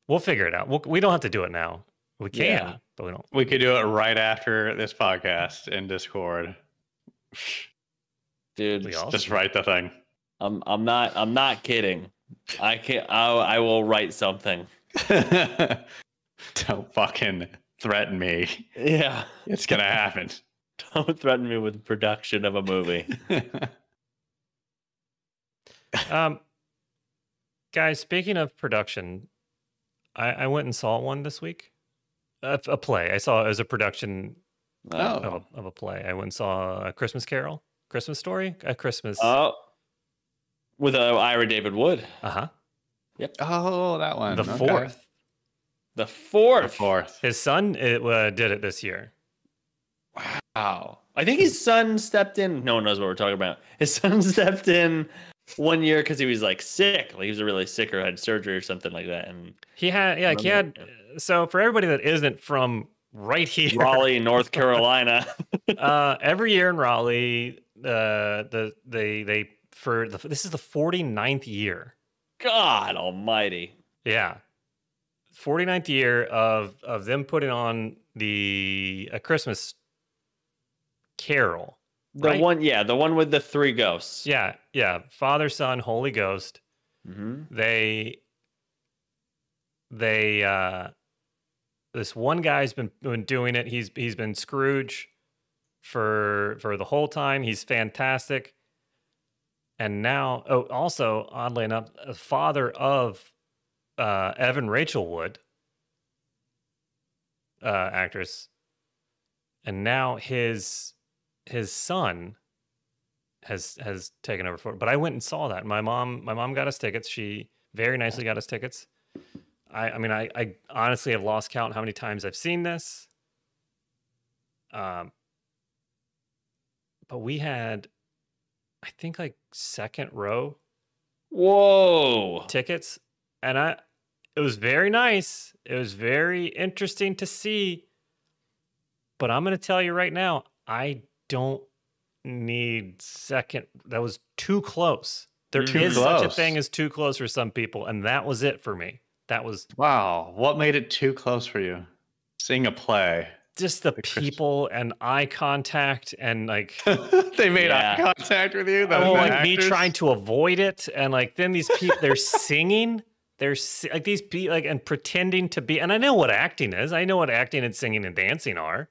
Speaker 4: We'll figure it out. We'll, we don't have to do it now. We can,
Speaker 5: Yeah.
Speaker 4: but we don't.
Speaker 2: We could do it right after this podcast in Discord.
Speaker 5: Dude,
Speaker 4: We all
Speaker 2: Just write the thing.
Speaker 5: I'm I'm not I'm not kidding. I can I I will write something.
Speaker 2: Don't fucking threaten me.
Speaker 5: Yeah.
Speaker 2: It's gonna happen.
Speaker 5: Don't threaten me with production of a movie.
Speaker 4: Um, guys, speaking of production, I, I went and saw one this week. A, a play. I saw it as a production
Speaker 5: Uh,
Speaker 2: Oh.
Speaker 4: of, a, of a play. I went and saw a Christmas Carol, Christmas Story, a Christmas.
Speaker 5: Oh. With uh, Ira David Wood.
Speaker 4: uh huh.
Speaker 2: oh, that one.
Speaker 4: The
Speaker 2: okay.
Speaker 4: fourth.
Speaker 5: The
Speaker 2: The
Speaker 5: fourth.
Speaker 2: fourth.
Speaker 4: His son it, uh, did it this year.
Speaker 5: Wow. I think his son stepped in. No one knows what we're talking about. His son stepped in one year because he was like sick. Like he was really sick or had surgery or something like that. And
Speaker 4: He had, yeah, like he had.
Speaker 5: Remember-
Speaker 4: So for everybody that isn't from right here,
Speaker 5: Raleigh, North Carolina.
Speaker 4: uh, every year in Raleigh, uh, the they they for the, this is the 49th year.
Speaker 5: God almighty.
Speaker 4: Yeah. 49th year of of them putting on the a Christmas carol.
Speaker 5: The
Speaker 4: Right.
Speaker 5: one, yeah, the one with the three ghosts.
Speaker 4: Yeah, yeah, Father, Son, Holy Ghost.
Speaker 5: Mm-hmm.
Speaker 4: They they uh this one guy's been been doing it. He's he's been Scrooge for for the whole time. He's fantastic. And now oh also oddly enough, a father of uh Evan Rachel Wood. uh, actress, and now his his son has has taken over for it. But I went and saw that. My mom my mom got us tickets. She very nicely got us tickets. I I mean I I honestly have lost count how many times I've seen this. Um, but we had, I think like second row
Speaker 5: Whoa.
Speaker 4: tickets and i it was very nice it was very interesting to see but i'm going to tell you right now i don't need second that was too close There is
Speaker 2: Too
Speaker 4: such a
Speaker 2: close.
Speaker 4: thing as too close for some people and that was it for me that was
Speaker 2: Wow, what made it too close for you? Seeing a play.
Speaker 4: just the
Speaker 2: The Christ-
Speaker 4: people and eye contact and like
Speaker 2: they made
Speaker 5: Yeah.
Speaker 2: eye contact with you. The,
Speaker 4: oh,
Speaker 2: the
Speaker 4: like me
Speaker 2: actors?
Speaker 4: trying to avoid it, and like then these people they're singing, they're si- like these people like and pretending to be. And I know what acting is. I know what acting and singing and dancing are,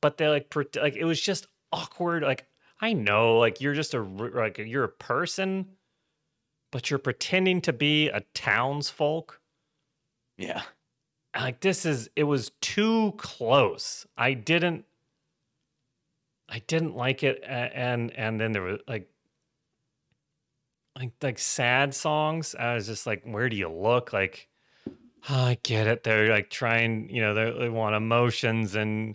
Speaker 4: but they like pret like it was just awkward. Like I know, like you're just a r- like you're a person, but you're pretending to be a townsfolk.
Speaker 5: Yeah.
Speaker 4: And, Like this is it was too close. I didn't. I didn't like it, a- and and then there was like like like sad songs. I was just like, where do you look? Like, "Oh, I get it. They're like trying, you know, they they want emotions and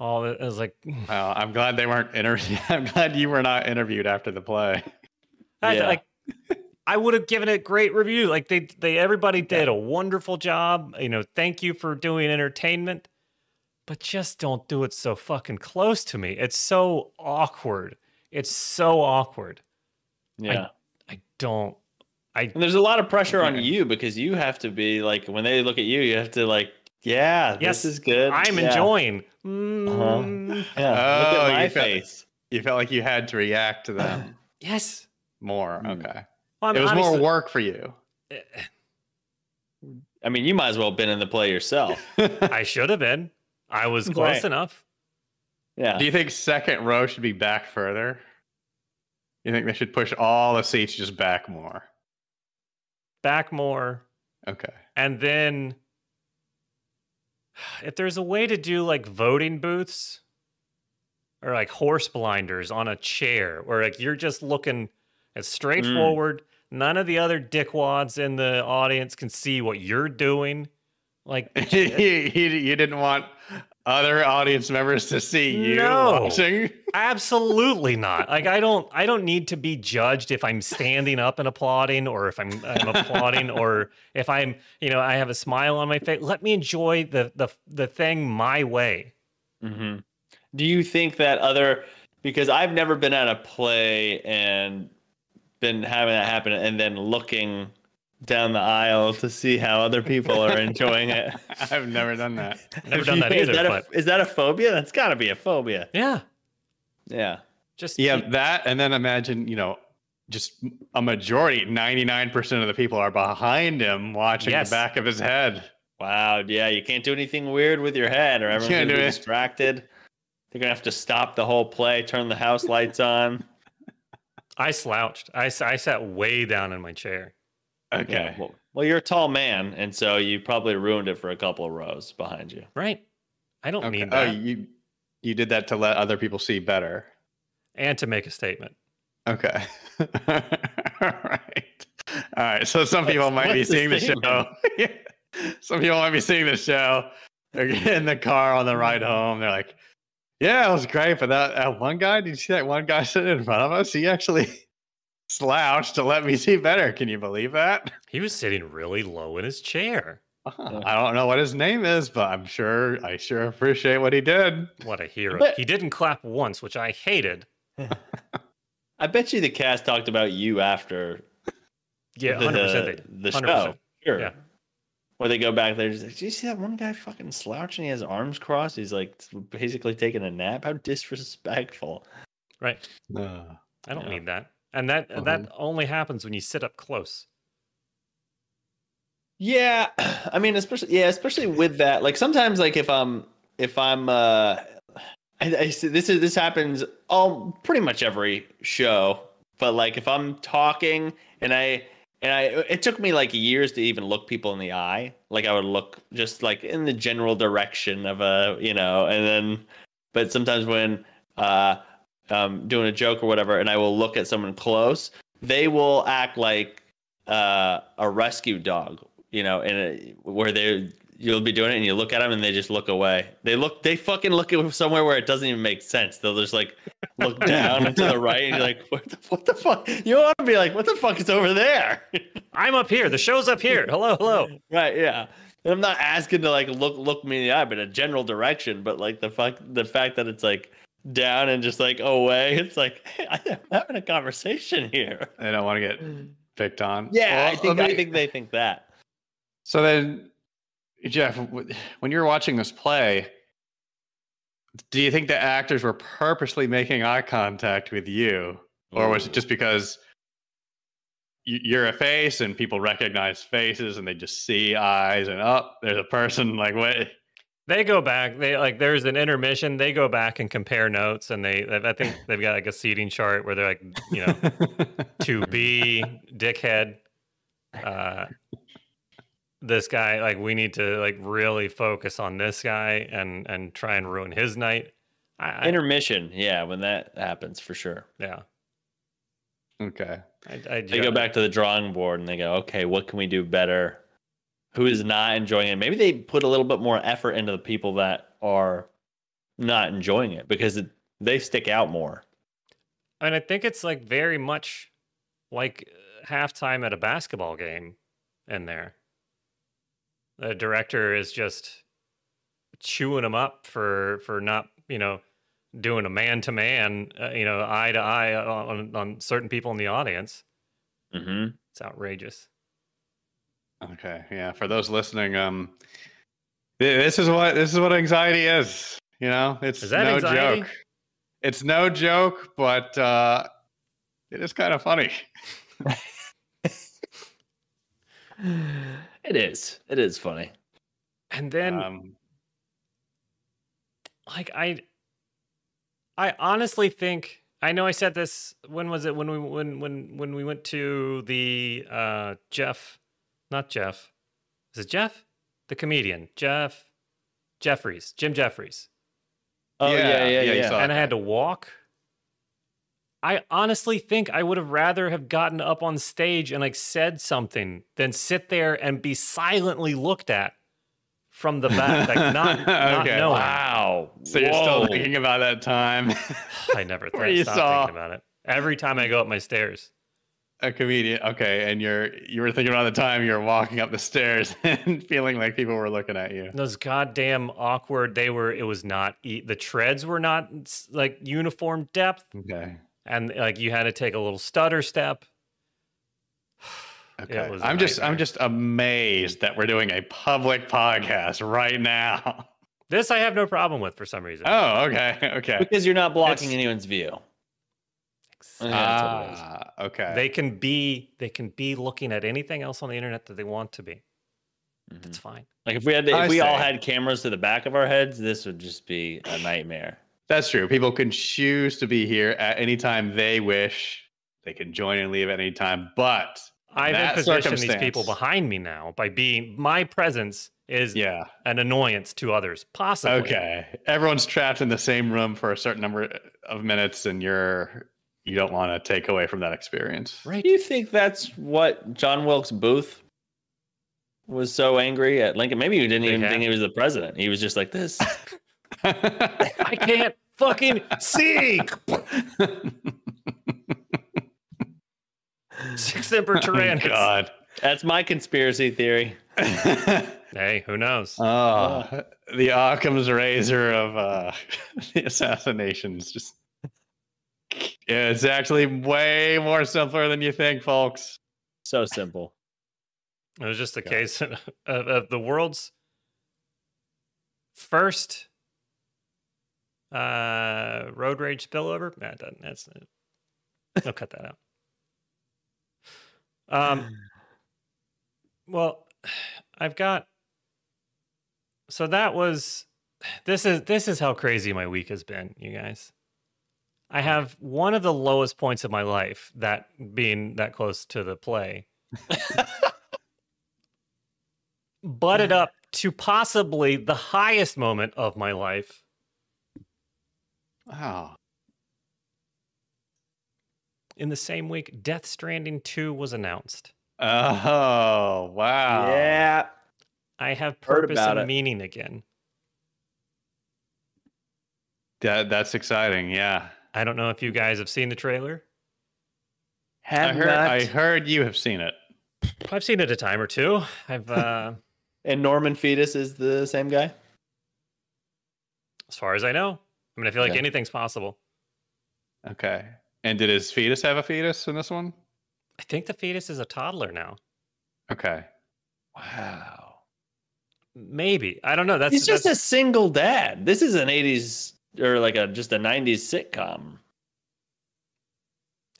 Speaker 4: all that. I was like,
Speaker 2: Well, I'm glad they weren't interviewed. I'm glad you were not interviewed after the play.
Speaker 4: I,
Speaker 5: Yeah.
Speaker 4: like I would have given it great review. Like they they everybody did a wonderful job. You know, thank you for doing entertainment, but just don't do it so fucking close to me. It's so awkward. It's so awkward.
Speaker 5: Yeah.
Speaker 4: I don't. I
Speaker 5: and there's a lot of pressure on you because you have to be like when they look at you, you have to like, yeah,
Speaker 4: Yes,
Speaker 5: this is good.
Speaker 4: I'm
Speaker 5: Yeah. Uh-huh.
Speaker 4: enjoying. Mm,
Speaker 5: Yeah. Look
Speaker 2: Oh,
Speaker 5: at my
Speaker 2: you felt-
Speaker 5: face.
Speaker 2: You felt like you had to react to them
Speaker 4: Yes.
Speaker 2: more.
Speaker 5: Hmm.
Speaker 2: Okay.
Speaker 4: Well, I'm
Speaker 2: it was more
Speaker 4: Um, obviously-
Speaker 2: work for you.
Speaker 5: I mean, you might as well have been in the play yourself.
Speaker 4: I should have been. I was close
Speaker 5: Right.
Speaker 4: enough.
Speaker 5: Yeah.
Speaker 2: Do you think second row should be back further? You think they should push all the seats just back more?
Speaker 4: Back more.
Speaker 2: Okay.
Speaker 4: And then if there's a way to do like voting booths or like horse blinders on a chair where like you're just looking it's straightforward, none of the other dickwads in the audience can see what you're doing. Like
Speaker 2: you, you, you didn't want other audience members to see you
Speaker 4: No.
Speaker 2: watching.
Speaker 4: absolutely not. Like I don't I don't need to be judged if I'm standing up and applauding or if I'm, I'm applauding or if I'm, you know, I have a smile on my face. Let me enjoy the the the thing my way.
Speaker 5: hmm Do you think that other because I've never been at a play and been having that happen and then looking down the aisle to see how other people are enjoying it.
Speaker 2: I've never done that.
Speaker 4: Never
Speaker 5: If
Speaker 4: done
Speaker 5: you-
Speaker 4: that
Speaker 5: is
Speaker 4: either,
Speaker 5: That a,
Speaker 4: but-
Speaker 5: Is that a phobia? That's got to be a phobia.
Speaker 4: Yeah.
Speaker 5: Yeah.
Speaker 4: Just
Speaker 2: Yeah,
Speaker 4: keep-
Speaker 2: that and then imagine, you know, just a majority, 99% of the people are behind him watching
Speaker 4: Yes.
Speaker 2: the back of his head.
Speaker 5: Wow. Yeah. You can't do anything weird with your head or everyone's going
Speaker 2: can't
Speaker 5: to
Speaker 2: do
Speaker 5: be
Speaker 2: it.
Speaker 5: distracted. They're going to have to stop the whole play, turn the house lights on.
Speaker 4: I slouched. I, s- I sat way down in my chair.
Speaker 2: Okay.
Speaker 5: Yeah, well, well, you're a tall man, and so you probably ruined it for a couple of rows behind you.
Speaker 4: Right. I don't
Speaker 2: okay.
Speaker 4: need
Speaker 2: Oh,
Speaker 4: that.
Speaker 2: you you did that to let other people see better.
Speaker 4: And to make a statement.
Speaker 2: Okay. All right. All right. So some people
Speaker 5: What's-
Speaker 2: might be
Speaker 5: what's the
Speaker 2: seeing the
Speaker 5: statement?
Speaker 2: show. Yeah. some people might be seeing the show. They're in the car on the ride home. They're like, "Yeah, it was great." But that, that one guy, did you see that one guy sitting in front of us? He actually slouched to let me see better. Can you believe that?
Speaker 4: He was sitting really low in his chair.
Speaker 2: Uh, I don't know what his name is, but I'm sure I sure appreciate what he did.
Speaker 4: What a hero.
Speaker 5: But-
Speaker 4: he didn't clap once, which I hated.
Speaker 5: I bet you the cast talked about you after
Speaker 4: Yeah,
Speaker 5: the,
Speaker 4: 100% they
Speaker 5: the
Speaker 4: did.
Speaker 5: show.
Speaker 4: 100%.
Speaker 5: Sure.
Speaker 4: Yeah.
Speaker 5: Where they go back there, just like, do you see that one guy fucking slouching? He has arms crossed. He's like basically taking a nap. How disrespectful.
Speaker 4: Right.
Speaker 2: Uh,
Speaker 4: I don't
Speaker 5: Yeah. Mm-hmm.
Speaker 4: need that. And that that only happens when you sit up close.
Speaker 5: Yeah, I mean, especially yeah, especially with that. Like sometimes, like if I'm if I'm uh, I, I see- this is this happens all pretty much every show. But like if I'm talking and I and I it took me like years to even look people in the eye. Like I would look just like in the general direction of a you know, and then but sometimes when uh um doing a joke or whatever, and I will look at someone close, they will act like uh a rescue dog, you know, and it- where they you'll be doing it and you look at them and they just look away. They look they fucking look at somewhere where it doesn't even make sense. They'll just like look down and to the right and you're like what the, what the fuck? You ought to be like what the fuck is over there?
Speaker 4: I'm up here. The show's up here. Hello, hello.
Speaker 5: Right, yeah. And I'm not asking to like look look me in the eye, but a general direction. But like the fuck, the fact that it's like down and just like away, it's like hey, I'm having a conversation here.
Speaker 2: They don't want to get picked on.
Speaker 5: Yeah, I
Speaker 2: Well,
Speaker 5: think
Speaker 2: let
Speaker 5: I
Speaker 2: me-
Speaker 5: think they think that.
Speaker 2: So then, Jeff, w- when you're watching this play, do you think the actors were purposely making eye contact with you, or was it just because y- you're a face and people recognize faces and they just see eyes and up there's a person like wait
Speaker 4: They go back. They like there's an intermission. They go back and compare notes, and they I think they've got like a seating chart where they're like, you know, to be dickhead. Uh, this guy, like, we need to like really focus on this guy and and try and ruin his night. I, I
Speaker 5: Intermission, yeah, when that happens for sure.
Speaker 4: yeah.
Speaker 2: okay
Speaker 4: I, I
Speaker 5: They go back to the drawing board and they go, okay, what can we do better? Who is not enjoying it? Maybe they put a little bit more effort into the people that are not enjoying it because it, they stick out more.
Speaker 4: and I think it's like very much like uh, halftime at a basketball game in there. The director is just chewing them up for for not you know doing a man to man you know eye to eye on on certain people in the audience.
Speaker 5: Mm-hmm.
Speaker 4: It's outrageous.
Speaker 2: okay yeah for those listening um thi- this is what this is what anxiety is you know it's
Speaker 4: Is that
Speaker 2: no
Speaker 4: anxiety?
Speaker 2: joke it's no joke but uh it is kind of funny
Speaker 5: It is. It is funny.
Speaker 4: And then
Speaker 2: um,
Speaker 4: like I I honestly think I know I said this when was it when we when when when we went to the uh Jeff not Jeff is it Jeff the comedian Jeff Jeffries Jim Jeffries
Speaker 5: Oh
Speaker 2: Yeah,
Speaker 5: yeah, yeah,
Speaker 2: yeah,
Speaker 5: yeah.
Speaker 2: you saw-
Speaker 4: and I
Speaker 2: Okay.
Speaker 4: had to walk I honestly think I would have rather have gotten up on stage and like said something than sit there and be silently looked at from the back like not not
Speaker 2: Okay.
Speaker 4: knowing
Speaker 5: Wow.
Speaker 2: so you're still
Speaker 5: Whoa.
Speaker 2: thinking about that time
Speaker 4: I never
Speaker 2: Where
Speaker 4: thought
Speaker 2: you
Speaker 4: stopped
Speaker 2: saw-
Speaker 4: thinking about it. Every time I go up my stairs.
Speaker 2: a comedian okay and you're you were thinking about the time you were walking up the stairs and feeling like people were looking at you
Speaker 4: Those goddamn awkward. They were. It was not. E- the treads were not s- like uniform depth,
Speaker 2: okay
Speaker 4: and like you had to take a little stutter step.
Speaker 2: okay
Speaker 4: Yeah, it was a
Speaker 2: i'm just i'm
Speaker 4: nightmare.
Speaker 2: just amazed that we're doing a public podcast right now
Speaker 4: This I have no problem with for some reason.
Speaker 2: oh okay okay
Speaker 5: because you're not blocking
Speaker 4: It's-
Speaker 5: anyone's view. that's what it is.
Speaker 2: ah, okay
Speaker 4: They can be. They can be looking at anything else on the internet that they want to be. It's
Speaker 5: Mhm.
Speaker 2: Mm.
Speaker 4: fine.
Speaker 5: Like if we had, to,
Speaker 2: Mm-hmm. I
Speaker 5: if we all
Speaker 2: see.
Speaker 5: had cameras to the back of our heads, this would just be a nightmare.
Speaker 2: that's true people can choose to be here at any time they wish they can join and leave at any time but
Speaker 4: I've
Speaker 2: that
Speaker 4: impositioned these people
Speaker 2: circumstance-
Speaker 4: behind me now by being. My presence is
Speaker 2: yeah
Speaker 4: an annoyance to others, possibly.
Speaker 2: Okay. Everyone's trapped in the same room for a certain number of minutes and you're you don't want to take away from that experience.
Speaker 4: Right.
Speaker 5: Do you think that's what John Wilkes Booth was so angry at Lincoln? Maybe you didn't
Speaker 4: Big
Speaker 5: even
Speaker 4: hat.
Speaker 5: think he was the president. He was just like this.
Speaker 4: I can't fucking see. Six Emperor
Speaker 2: Oh,
Speaker 4: Tyrannus.
Speaker 2: God.
Speaker 5: That's my conspiracy theory.
Speaker 4: hey, who knows?
Speaker 2: oh, the Occam's razor of uh, the assassinations. Just yeah, it's actually way more simpler than you think, folks.
Speaker 5: So simple.
Speaker 4: it was just a
Speaker 2: God.
Speaker 4: case of, of the world's first uh, road rage spillover. Nah, it doesn't. That's I'll cut that out. Um, well, I've got. So that was. This is this is how crazy my week has been, you guys. I have one of the lowest points of my life, that being that close to the play. butted
Speaker 5: Mm-hmm.
Speaker 4: up to possibly the highest moment of my life.
Speaker 2: Wow.
Speaker 4: In the same week, Death Stranding 2 was announced.
Speaker 2: Oh, wow.
Speaker 5: Yeah.
Speaker 4: I have
Speaker 5: Heard
Speaker 4: purpose
Speaker 5: about
Speaker 4: and
Speaker 5: it.
Speaker 4: meaning again.
Speaker 2: That, that's exciting. Yeah.
Speaker 4: I don't know if you guys have seen the trailer.
Speaker 5: Have
Speaker 2: I heard
Speaker 5: not.
Speaker 2: I heard you have seen it.
Speaker 4: I've seen it a time or two. I've, uh,
Speaker 5: And Norman Fetus is the same guy.
Speaker 4: as far as I know, I mean, I feel like
Speaker 5: Yeah.
Speaker 4: anything's possible.
Speaker 2: Okay. And did his fetus have a fetus in this one?
Speaker 4: I think the fetus is a toddler now.
Speaker 2: Okay.
Speaker 5: Wow.
Speaker 4: Maybe I don't know. That's
Speaker 5: He's just
Speaker 4: that's-
Speaker 5: a single dad. This is an 80s or like a just a 90s sitcom.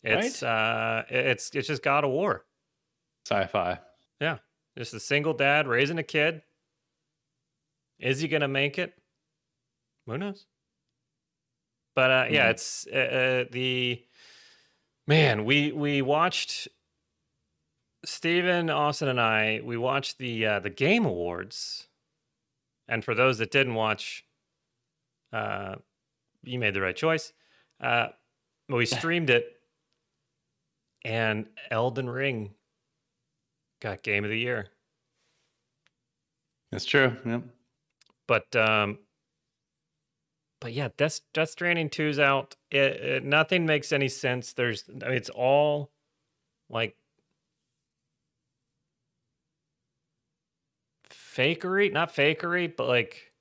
Speaker 5: right?
Speaker 4: It's uh, it- it's it's just God of War.
Speaker 2: Sci-fi.
Speaker 4: Just a single dad raising a kid. Is he gonna make it? Who knows? But uh, yeah,
Speaker 5: Mhm.
Speaker 4: it's uh, uh, the man. We we watched Steven, Austin, and I. We watched the uh, the Game Awards, and for those that didn't watch, uh, you made the right choice. Uh, we streamed it, and Elden Ring got Game of the Year.
Speaker 2: That's true. Yep.
Speaker 4: but um but yeah that's death stranding 2's out it, it- nothing makes any sense there's I mean, it's all like fakery not fakery but like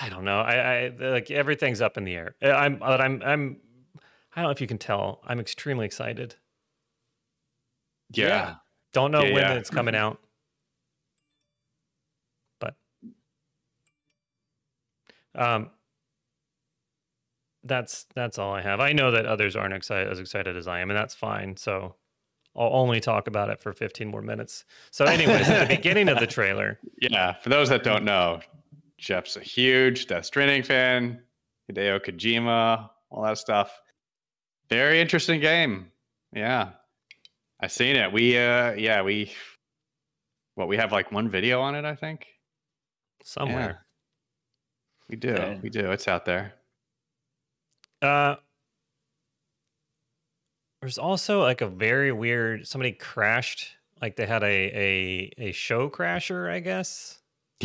Speaker 4: i don't know i i like everything's up in the air Uh, i'm but i'm i'm i don't know if you can tell i'm extremely excited
Speaker 2: Yeah.
Speaker 5: Yeah.
Speaker 4: don't know
Speaker 2: Yeah,
Speaker 4: when
Speaker 2: yeah.
Speaker 4: it's coming out. But um that's that's all I have. I know that others aren't excited as excited as I am, and that's fine. So I'll only talk about it for 15 more minutes. So, anyways, at the beginning of the trailer,
Speaker 2: Yeah. For those that don't know, Jeff's a huge Death Stranding fan. Hideo Kojima, all that stuff. Very interesting game. Yeah. I seen it. We uh yeah, we what we have like one video on it, I think.
Speaker 4: somewhere.
Speaker 2: We do.
Speaker 5: Yeah.
Speaker 2: We do. It's out there.
Speaker 4: Uh there's also like a very weird somebody crashed, like they had a a a show crasher, I guess.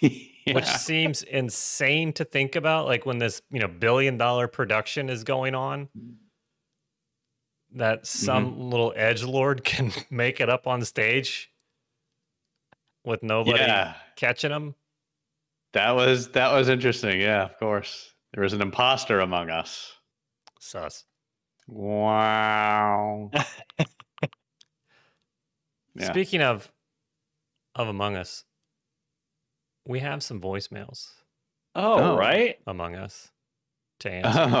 Speaker 4: which
Speaker 2: Yeah.
Speaker 4: seems insane to think about like when this you know billion dollar production is going on that
Speaker 2: Mm-hmm.
Speaker 4: some little edge lord can make it up on stage with nobody
Speaker 2: yeah.
Speaker 4: catching him
Speaker 2: That was that was interesting. Yeah, of course. There was an imposter among us.
Speaker 4: sus
Speaker 2: Wow. Yeah.
Speaker 4: speaking of of among us we have some voicemails
Speaker 5: Oh,
Speaker 2: Oh.
Speaker 5: right.
Speaker 4: among us to answer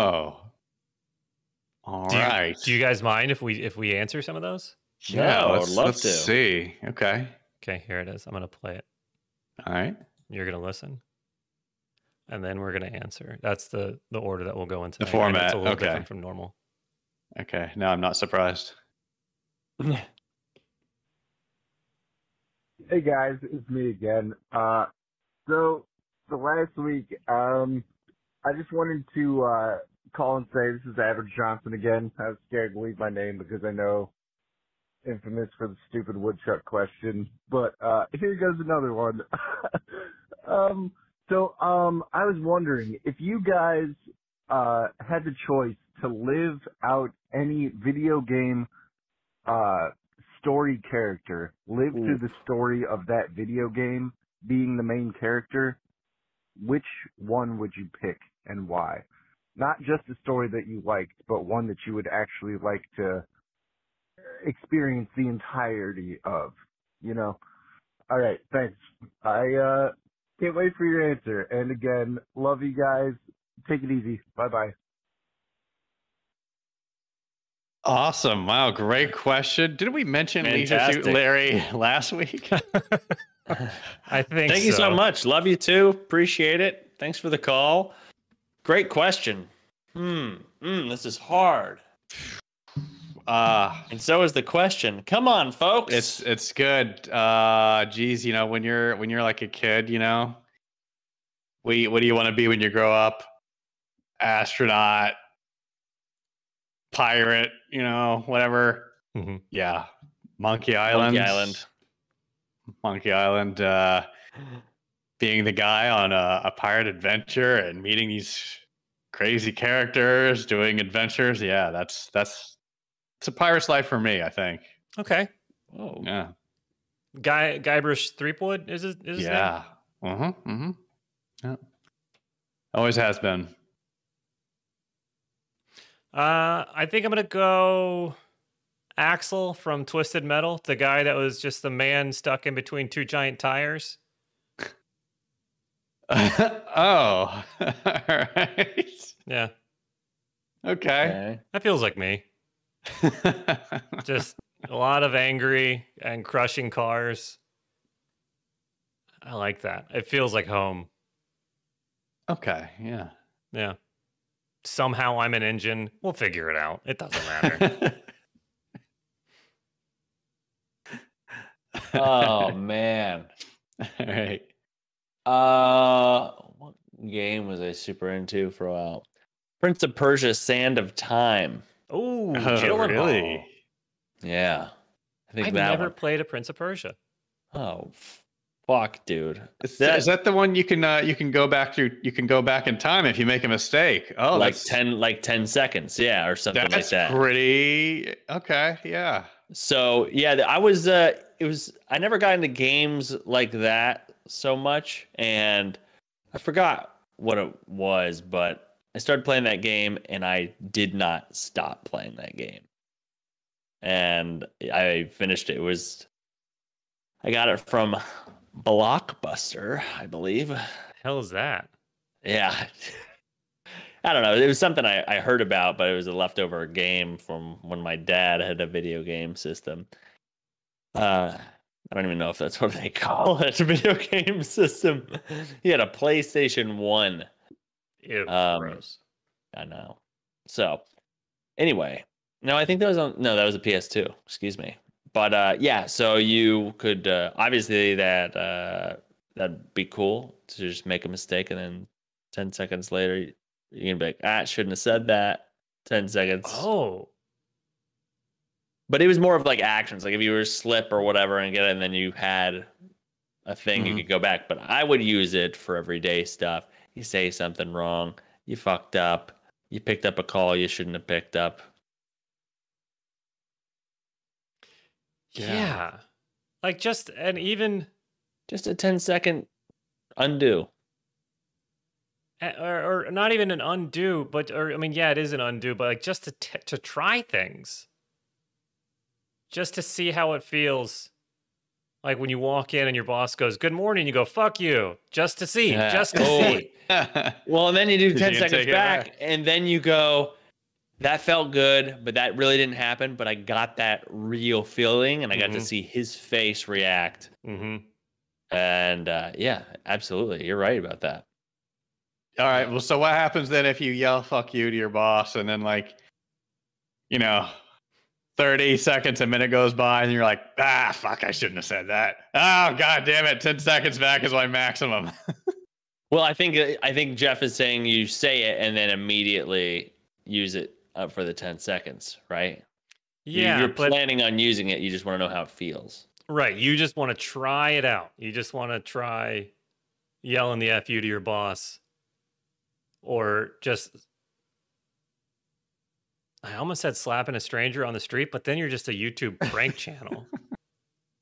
Speaker 2: Oh. all right.
Speaker 4: do, you, do you guys mind if we if we answer some of those
Speaker 2: yeah,
Speaker 5: No, I would
Speaker 2: let's,
Speaker 5: love
Speaker 2: let's
Speaker 5: to.
Speaker 2: see. Okay.
Speaker 4: okay here it is i'm gonna play it
Speaker 2: All right.
Speaker 4: you're gonna listen and then we're gonna answer that's the the order that we'll go into it's
Speaker 2: format,
Speaker 4: a little
Speaker 2: okay.
Speaker 4: different from normal
Speaker 2: Okay. No, I'm not surprised.
Speaker 1: Hey guys, it's me again. Uh, so the last week, um, I just wanted to uh, call and say this is Average Johnson again. I was scared to leave my name because I know infamous for the stupid woodchuck question, but uh, here goes another one. um, so um, I was wondering if you guys uh, had the choice to live out any video game uh, story character, live through the story of that video game being the main character, which one would you pick and why? Not just a story that you liked, but one that you would actually like to experience the entirety of, you know? All right, thanks. I uh, can't wait for your answer. And again, love you guys. Take it easy. Bye bye.
Speaker 2: Awesome. Wow. Great question. Didn't we mention Leisure Suit
Speaker 5: Fantastic.
Speaker 2: Larry last week?
Speaker 4: i think
Speaker 5: Thank you so
Speaker 2: uh,
Speaker 5: much. Love you too. Appreciate it. Thanks for the call. hmm, Great question. Hmm. Mm, this is hard.
Speaker 2: Uh,
Speaker 5: And so is the question. Come on, folks.
Speaker 2: it's it's good. Uh, geez, you know when you're when you're like a kid, you know, we what do you want to be when you grow up? Astronaut, pirate, you know, whatever.
Speaker 4: Mhm.
Speaker 2: Yeah, Monkey Island.
Speaker 5: Monkey Island.
Speaker 2: Monkey Island. Uh, being the guy on a, a pirate adventure and meeting these crazy characters, doing adventures. Yeah, that's that's it's a pirate's life for me. I think.
Speaker 4: Okay.
Speaker 5: Oh,
Speaker 2: Yeah.
Speaker 4: Guy Guybrush Threepwood is his, is his name?
Speaker 2: yeah. Uh huh. Uh huh. Yeah. Always has been.
Speaker 4: Uh, I think I'm gonna go Axel from Twisted Metal, the guy that was just the man stuck in between two giant tires.
Speaker 2: oh. All right.
Speaker 4: Yeah,
Speaker 2: Okay.
Speaker 5: okay.
Speaker 4: that feels like me. Just a lot of angry and crushing cars. I like that. It feels like home.
Speaker 2: okay. Yeah.
Speaker 4: Yeah. Somehow I'm an engine. We'll figure it out. It doesn't matter.
Speaker 5: Oh man.
Speaker 2: All right.
Speaker 5: Uh, what game was I super into for a while? Prince of Persia: Sand of Time.
Speaker 4: Ooh,
Speaker 2: Oh,
Speaker 4: Gyllenhaal.
Speaker 2: really?
Speaker 5: Yeah, I think
Speaker 4: I've
Speaker 5: that
Speaker 4: never
Speaker 5: one.
Speaker 4: played a Prince of Persia.
Speaker 5: Oh, f- fuck, dude.
Speaker 2: Is
Speaker 5: That-
Speaker 2: that, is that the one you can uh, you can go back to you can go back in time if you make a mistake? Oh,
Speaker 5: like
Speaker 2: that's,
Speaker 5: ten, like ten seconds, yeah, or something
Speaker 2: That's
Speaker 5: like that.
Speaker 2: pretty okay. Yeah.
Speaker 5: So yeah, th- I was. Uh, it was. I never got into games like that so much, and I forgot what it was, but I started playing that game, and I did not stop playing that game. And I finished it. It was. I got it from Blockbuster, I believe.
Speaker 4: hell is that?
Speaker 5: Yeah. I don't know. It was something I, I heard about, but it was a leftover game from when my dad had a video game system. Uh, I don't even know if that's what they call it a video game system. He had a PlayStation 1.
Speaker 4: Ew,
Speaker 5: Um,
Speaker 4: gross.
Speaker 5: I know. So, anyway, no, I think that was on. No, that was a PS2. Excuse me. But uh, yeah, so you could uh, obviously that uh, that'd be cool to just make a mistake and then ten seconds later you- you're gonna be like, ah, shouldn't have said that. Ten seconds.
Speaker 4: Oh,
Speaker 5: But it was more of like actions, like if you were to slip or whatever and get it, and then you had a thing you
Speaker 2: Mhm.
Speaker 5: could go back. But I would use it for everyday stuff. You say something wrong, you fucked up, you picked up a call you shouldn't have picked up.
Speaker 4: yeah.
Speaker 2: Yeah.
Speaker 4: Like just and even
Speaker 5: Just a 10 second undo.
Speaker 4: a- or, or not even an undo, but or I mean, yeah, it is an undo, but like just to t- to try things, just to see how it feels. Like when you walk in and your boss goes, "Good morning," you go, "Fuck you," just to see,
Speaker 5: Yeah.
Speaker 4: just to
Speaker 5: Oh,
Speaker 4: see.
Speaker 5: Well, and then you do
Speaker 2: You
Speaker 5: 10
Speaker 2: can
Speaker 5: seconds
Speaker 2: take it
Speaker 5: back,
Speaker 2: back.
Speaker 5: and then you go, that felt good, but that really didn't happen. But I got that real feeling, and I got to
Speaker 2: Mm-hmm.
Speaker 4: Mhm.
Speaker 5: see his face react.
Speaker 4: Mm-hmm.
Speaker 5: And uh, yeah, absolutely. You're right about that.
Speaker 2: All right. Well, so what happens then if you yell "fuck you" to your boss, and then like, you know, thirty seconds, a minute goes by, and you're like, ah, fuck, I shouldn't have said that. Oh, god damn it! Ten seconds back is my maximum.
Speaker 5: Well, I think uh, I think Jeff is saying you say it and then immediately use it up for the 10 seconds, right? You-
Speaker 4: Yeah,
Speaker 5: You're
Speaker 4: but
Speaker 5: planning on using it. You just want to know how it feels.
Speaker 4: right, you just want to try it out. You just want to try yelling the "f you" to your boss, or just. I almost said slapping a stranger on the street, but then you're just a YouTube prank channel.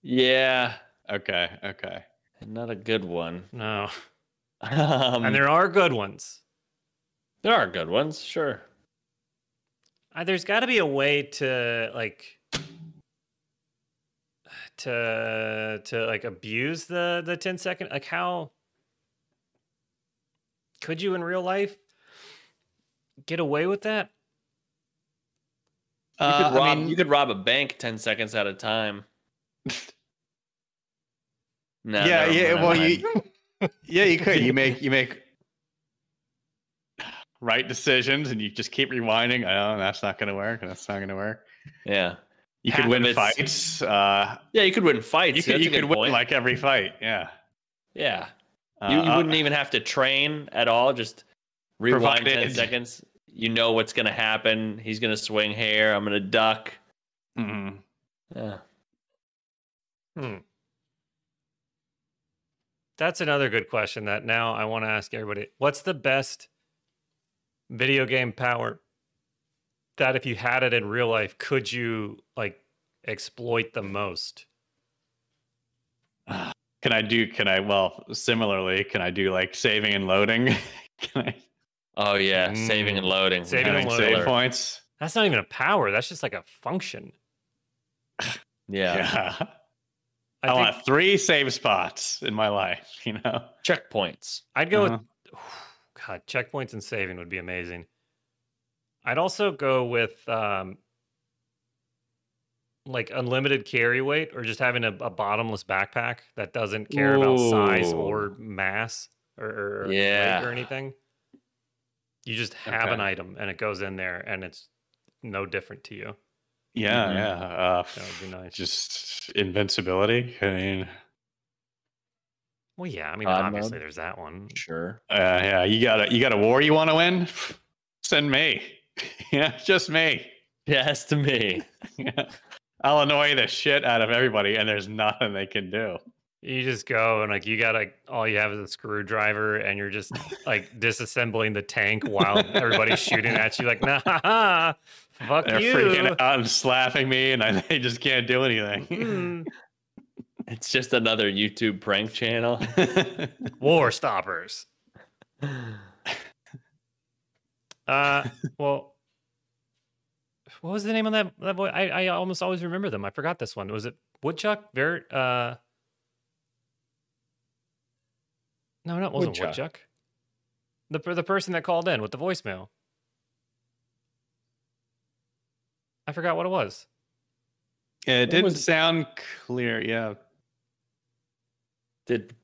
Speaker 5: Yeah.
Speaker 2: Okay. Okay.
Speaker 5: Not a good one.
Speaker 4: No.
Speaker 5: Um,
Speaker 4: and there are good ones.
Speaker 5: there are good ones, sure.
Speaker 4: Uh, there's got to be a way to like to to like abuse the the 10 second like how could you in real life get away with that?
Speaker 5: You
Speaker 2: Uh,
Speaker 5: could rob
Speaker 2: I mean,
Speaker 5: you could rob a bank 10 seconds at a time. No,
Speaker 2: yeah.
Speaker 5: never
Speaker 2: Yeah.
Speaker 5: mind,
Speaker 2: Well,
Speaker 5: never
Speaker 2: you. Yeah, you could. You make. You make. right decisions and you just keep rewinding. Oh, that's not going to work. That's not going to work.
Speaker 5: Yeah.
Speaker 2: You
Speaker 5: Half
Speaker 2: could win
Speaker 5: of it's-
Speaker 2: fights. Uh,
Speaker 5: Yeah, you could win fights.
Speaker 2: you could,
Speaker 5: That's
Speaker 2: you
Speaker 5: a good
Speaker 2: could win
Speaker 5: point.
Speaker 2: like every fight. Yeah.
Speaker 5: yeah.
Speaker 2: Uh,
Speaker 5: You, you
Speaker 2: uh,
Speaker 5: wouldn't even have to train at all. Just rewind ten
Speaker 2: Provided-
Speaker 5: seconds. You know what's gonna happen. He's gonna swing here. I'm gonna duck.
Speaker 2: mhm.
Speaker 5: Yeah.
Speaker 4: Hmm. That's another good question that now I want to ask everybody. What's the best video game power that if you had it in real life, could you like exploit the most?
Speaker 2: Can I do? Can I? Well, similarly, can I do like saving and loading? can I
Speaker 5: Oh yeah, saving and
Speaker 4: Mm.
Speaker 5: loading.
Speaker 4: Saving and
Speaker 2: having
Speaker 4: loading.
Speaker 2: save points?
Speaker 4: That's not even a power, that's just like a function.
Speaker 5: Yeah.
Speaker 2: Yeah. Oh, I,
Speaker 4: I think
Speaker 2: want three save spots in my life. You know.
Speaker 5: Checkpoints.
Speaker 4: I'd go with
Speaker 5: Uh-huh.
Speaker 4: God, checkpoints and saving would be amazing. I'd also go with um like unlimited carry weight or just having a, a bottomless backpack that doesn't care about size
Speaker 5: Ooh.
Speaker 4: or mass or, or- or weight
Speaker 5: Yeah.
Speaker 4: or anything. You just have an
Speaker 2: Okay.
Speaker 4: item and it goes in there and it's no different to you.
Speaker 2: Yeah.
Speaker 5: Mhm.
Speaker 2: Yeah. Uh,
Speaker 4: Mm-hmm. That would be nice.
Speaker 2: just invincibility. I mean,
Speaker 4: Well, yeah, I mean,
Speaker 5: Odd
Speaker 4: obviously
Speaker 5: mode?
Speaker 4: there's that one.
Speaker 5: Sure.
Speaker 2: uh, yeah. You got a you got a war you want to win? Send me. yeah, just me.
Speaker 5: Yes, to me.
Speaker 2: Yeah. I'll annoy the shit out of everybody, and there's nothing they can do.
Speaker 4: You just go and like you got like all you have is a screwdriver and you're just like disassembling the tank while everybody's shooting at you like nah fuck
Speaker 2: They're
Speaker 4: you.
Speaker 2: freaking out and slapping me, and I they just can't do anything.
Speaker 4: Mm.
Speaker 5: It's just another YouTube prank channel.
Speaker 4: War stoppers. Uh well what was the name of that that boy? I, I almost always remember them. I forgot this one. Was it Woodchuck? Ver uh No, no, it wasn't
Speaker 2: Woodchuck.
Speaker 4: Woodchuck. The per- the person that called in with the voicemail. I forgot what it was.
Speaker 2: it didn't
Speaker 5: was-
Speaker 2: sound clear. Yeah.
Speaker 5: Did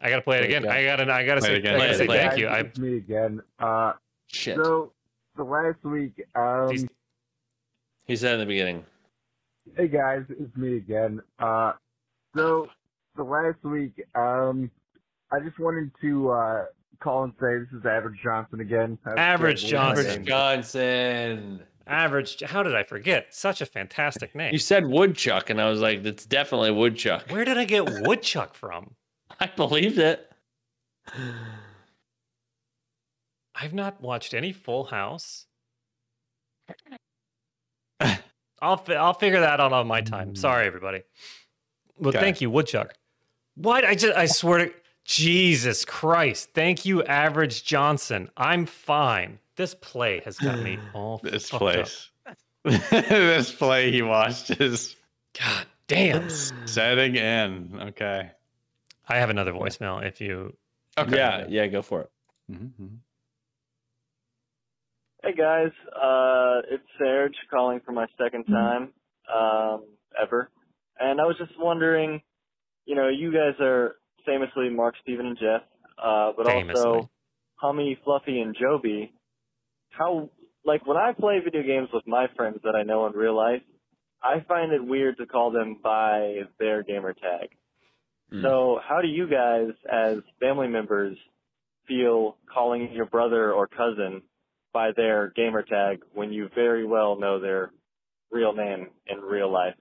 Speaker 4: I gotta play it
Speaker 5: Play it
Speaker 4: again.
Speaker 5: again.
Speaker 4: I gotta I gotta
Speaker 2: Play it
Speaker 4: say,
Speaker 2: again.
Speaker 4: I
Speaker 5: Play
Speaker 4: gotta
Speaker 5: it,
Speaker 4: say
Speaker 5: play it.
Speaker 4: thank you. I
Speaker 1: It's me again. Uh,
Speaker 5: shit.
Speaker 1: so the last week, um,
Speaker 4: these-
Speaker 5: he said in the beginning.
Speaker 1: Hey guys, it's me again. Uh, so the last week, um, I just wanted to uh, call and say this is Average Johnson again. That's
Speaker 4: Average
Speaker 1: Jake Lee.
Speaker 4: Johnson.
Speaker 5: Average Johnson.
Speaker 4: average how did I forget? Such a fantastic name.
Speaker 5: You said woodchuck, and I was like, "That's definitely woodchuck."
Speaker 4: Where did I get Woodchuck from?
Speaker 5: I believed it.
Speaker 4: I've not watched any Full House. I'll fi- I'll figure that out on my time. Sorry, everybody. Well,
Speaker 2: Okay.
Speaker 4: thank you, Woodchuck. What I just I swear to Jesus Christ! Thank you, Average Johnson. I'm fine. This play has got me all
Speaker 2: This
Speaker 4: fucked
Speaker 2: place. this play he watched is
Speaker 4: Up. God damn!
Speaker 2: setting in. Okay.
Speaker 4: I have another voicemail. If you
Speaker 2: Okay.
Speaker 5: Yeah, yeah, go for it.
Speaker 2: Mhm.
Speaker 6: Hey guys, uh, it's Serge calling for my second time um, ever, and I was just wondering, you know, you guys are famously Mark, Steven, and Jeff, uh, but
Speaker 4: famously,
Speaker 6: also Hummy, Fluffy, and Joby. How like when I play video games with my friends that I know in real life, I find it weird to call them by their gamer tag.
Speaker 5: Mm.
Speaker 6: So how do you guys as family members feel calling your brother or cousin by their gamer tag when you very well know their real name in real life?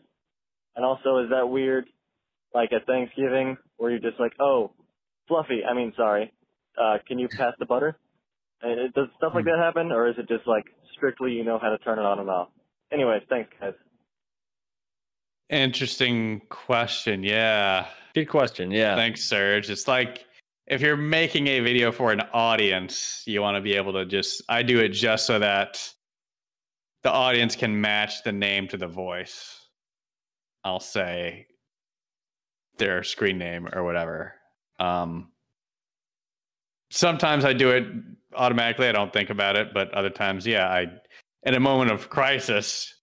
Speaker 6: And also is that weird like at Thanksgiving where you're just like, Oh, Fluffy, I mean sorry, uh, can you pass the butter? And it- Does stuff like that happen, or is it just like strictly you know how to turn it on and off? Anyways, thanks guys.
Speaker 2: Interesting question. Yeah.
Speaker 5: Good question. Yeah.
Speaker 2: Thanks, Serge. It's like if you're making a video for an audience, you want to be able to just, I do it just so that the audience can match the name to the voice. I'll say their screen name or whatever. Um, sometimes I do it automatically. I don't think about it, but other times, yeah, I, in a moment of crisis,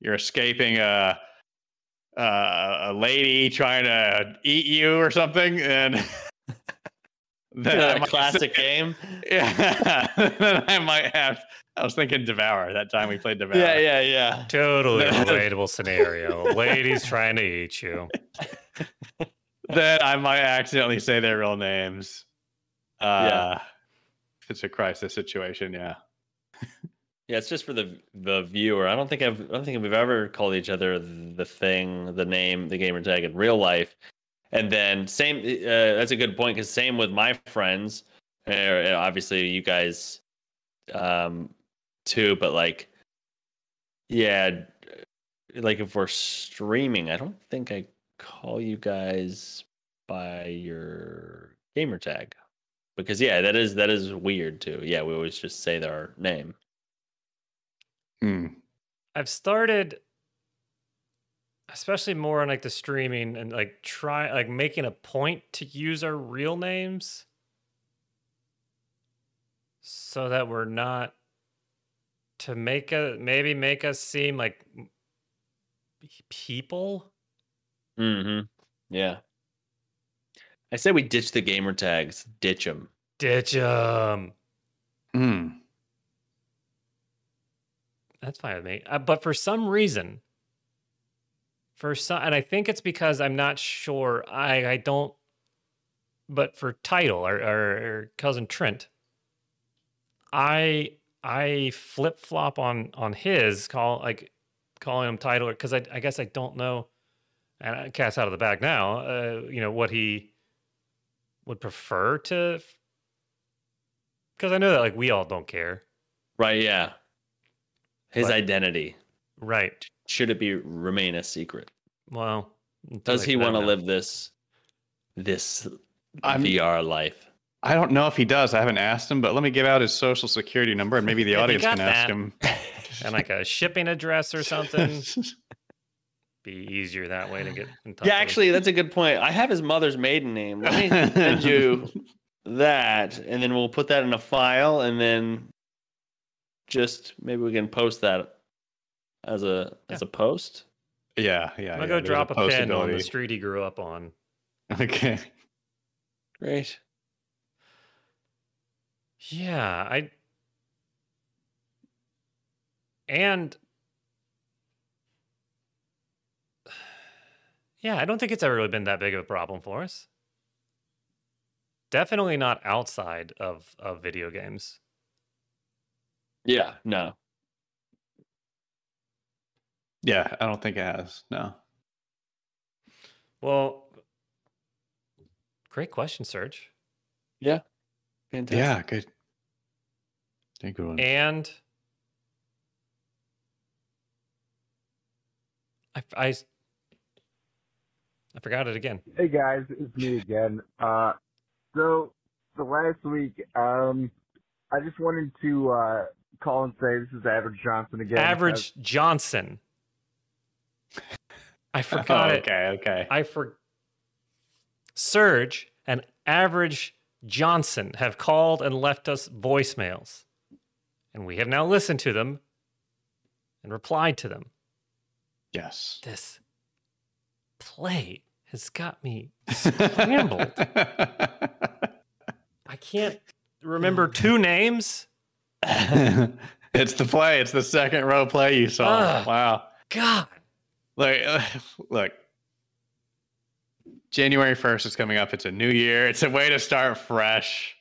Speaker 2: you're escaping a, uh, a lady trying to eat you or something, and Then I might-
Speaker 5: classic game.
Speaker 2: Yeah. then I might have. I was thinking devour that time we played devour.
Speaker 5: Yeah, yeah, yeah.
Speaker 4: Totally relatable scenario. Ladies trying to eat you.
Speaker 2: Then I might accidentally say their real names. Uh, If it's a crisis situation, yeah.
Speaker 5: Yeah, it's just for the the viewer. I don't think I've I don't think we've ever called each other the thing, the name, the gamer tag in real life. And then same. Uh, that's a good point because same with my friends. uh, And obviously, you guys, um, too. But like, yeah, like if we're streaming, I don't think I call you guys by your gamer tag because yeah, that is that is weird too. Yeah, we always just say their name.
Speaker 2: Hmm.
Speaker 4: I've started especially more on like the streaming and like try like making a point to use our real names so that we're not to make a maybe make us seem like m- people
Speaker 5: Mm-hmm. Yeah. I say we ditch the gamer tags. Ditch them.
Speaker 4: ditch 'em.
Speaker 2: Hmm.
Speaker 4: that's fine with me. Uh, but for some reason, for some, and I think it's because I'm not sure. I I don't. But for title or, or, or cousin Trent, I I flip flop on on his call like calling him title because I I guess I don't know. And I cast out of the bag now. Uh, you know what he would prefer to. Because I know that like we all don't care,
Speaker 5: Right. Yeah. His
Speaker 4: Right.
Speaker 5: identity
Speaker 4: right?
Speaker 5: should it be remain a secret?
Speaker 4: Well, until
Speaker 5: Does
Speaker 4: they
Speaker 5: he
Speaker 4: put out
Speaker 5: want to
Speaker 4: now.
Speaker 5: live this this
Speaker 2: I'm-
Speaker 5: VR life?
Speaker 2: I don't know if he does. I haven't asked him, but let me give out his social security number, and maybe the
Speaker 4: If he
Speaker 2: audience
Speaker 4: got
Speaker 2: can ask
Speaker 4: that
Speaker 2: him.
Speaker 4: and like a shipping address or something. Be easier that way to get in touch.
Speaker 5: Yeah,
Speaker 4: with him.
Speaker 5: actually, that's a good point. I have his mother's maiden name. Let me send you that, and then we'll put that in a file, and then just maybe we can post that as a as a post.
Speaker 2: yeah, yeah.
Speaker 4: I'm
Speaker 2: yeah,
Speaker 4: gonna go
Speaker 2: there's
Speaker 4: drop a, pin on the
Speaker 2: possibility.
Speaker 4: street he grew up on.
Speaker 2: Okay.
Speaker 5: Great.
Speaker 4: Yeah, I. And. Yeah, I don't think it's ever really been that big of a problem for us. Definitely not outside of, of video games.
Speaker 5: Yeah. No.
Speaker 2: Yeah, I don't think it has. No.
Speaker 4: Well, great question, Serge.
Speaker 5: Fantastic.
Speaker 2: Yeah, good. Good one.
Speaker 4: and I, I s- I forgot it again.
Speaker 1: Hey guys, it's me again. Uh, so the last week, um, I just wanted to uh, call and say this is Average Johnson again.
Speaker 4: Average Johnson. I forgot
Speaker 2: oh,
Speaker 4: it.
Speaker 2: Okay, okay.
Speaker 4: I for Serge and Average Johnson have called and left us voicemails, and we have now listened to them and replied to them.
Speaker 2: yes.
Speaker 4: This play has got me scrambled. I can't remember two names.
Speaker 2: it's the play. It's the second row play you saw.
Speaker 4: Ugh.
Speaker 2: Wow.
Speaker 4: God.
Speaker 2: Look, look. January 1st is coming up. It's a new year. It's a way to start fresh.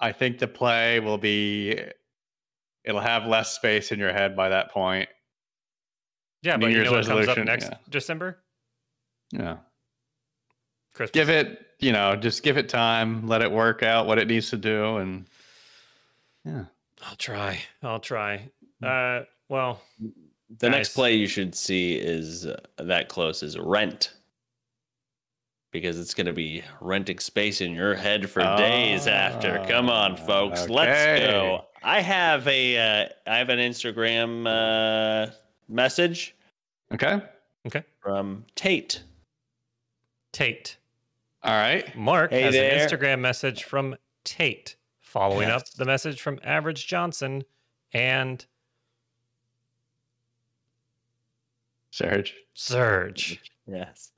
Speaker 2: I think the play will be it'll have less space in your head by that point.
Speaker 4: Yeah,
Speaker 2: New
Speaker 4: but you
Speaker 2: Year's
Speaker 4: know what comes up
Speaker 2: resolution,
Speaker 4: next
Speaker 2: yeah.
Speaker 4: December?
Speaker 2: Yeah.
Speaker 4: Christmas.
Speaker 2: Give it, you know, just give it time, let it work out what it needs to do and yeah.
Speaker 4: I'll try. I'll try.
Speaker 2: Hmm.
Speaker 4: Uh, well,
Speaker 5: The next
Speaker 4: Nice.
Speaker 5: play you should see is uh, that close is Rent. Because it's going to be renting space in your head for days after. Come on, folks, let's
Speaker 2: Okay.
Speaker 5: go. I have a uh, I have an Instagram uh, message
Speaker 2: Okay?
Speaker 5: from Tate.
Speaker 4: Tate.
Speaker 2: All right.
Speaker 4: Mark
Speaker 5: Hey
Speaker 4: has
Speaker 5: there.
Speaker 4: an Instagram message from Tate, following up the message from Average Johnson and
Speaker 2: Serge.
Speaker 4: Surge.
Speaker 5: Yes.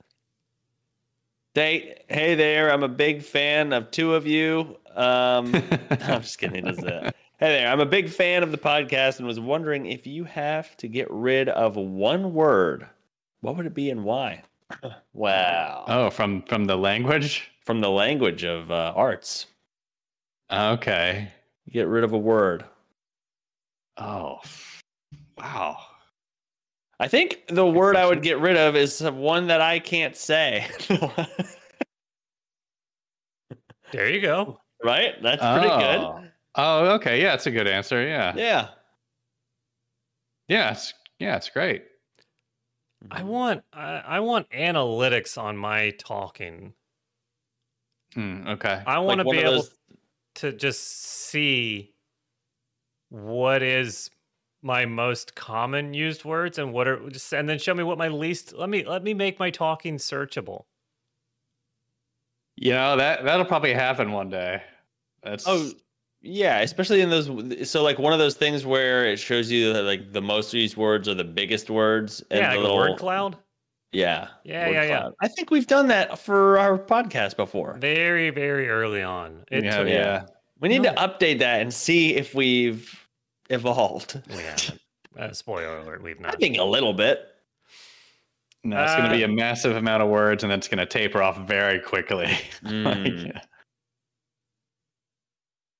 Speaker 5: They, hey there, I'm a big fan of two of you. Um, I'm just kidding. He does that. Hey there, I'm a big fan of the podcast and was wondering if you have to get rid of one word, what would it be and why? wow.
Speaker 4: Uh,
Speaker 2: oh, from from the language.
Speaker 5: From the language of uh, arts,
Speaker 2: Okay.
Speaker 5: get rid of a word.
Speaker 2: Oh, wow.
Speaker 5: I think the word I would get rid of is one that I can't say.
Speaker 4: There you go.
Speaker 5: right? That's pretty
Speaker 2: oh. Oh, okay. Yeah, it's a good answer. Yeah.
Speaker 5: good. Yeah.
Speaker 2: Yeah. It's, yeah, it's great.
Speaker 4: I
Speaker 5: Oh,
Speaker 4: want I, I want analytics on my talking.
Speaker 2: Hmm, okay.
Speaker 4: I want
Speaker 5: Like
Speaker 4: to
Speaker 5: one
Speaker 4: be
Speaker 5: of
Speaker 4: able
Speaker 5: those-
Speaker 4: to just see what is my most common used words and what are just and then show me what my least let me let me make my talking searchable.
Speaker 2: You know that that'll probably happen one day. That's
Speaker 5: Oh, yeah. Especially in those. So, like one of those things where it shows you that like the most used words are the biggest words. And
Speaker 4: yeah,
Speaker 5: the
Speaker 4: like a
Speaker 5: little,
Speaker 4: word cloud.
Speaker 5: Yeah.
Speaker 4: Yeah,
Speaker 5: word
Speaker 4: yeah, yeah.
Speaker 5: I think we've done that for our podcast before.
Speaker 4: Very, very early on. It
Speaker 2: yeah,
Speaker 4: took,
Speaker 2: yeah.
Speaker 5: We need to update that and see if we've evolved.
Speaker 4: We haven't. Uh, spoiler alert, we've
Speaker 5: I
Speaker 4: not.
Speaker 5: think a little bit.
Speaker 2: No, it's going
Speaker 4: Uh,
Speaker 2: to be a massive amount of words, and then it's going to taper off very quickly. Like,
Speaker 4: Hmm.
Speaker 5: Mm.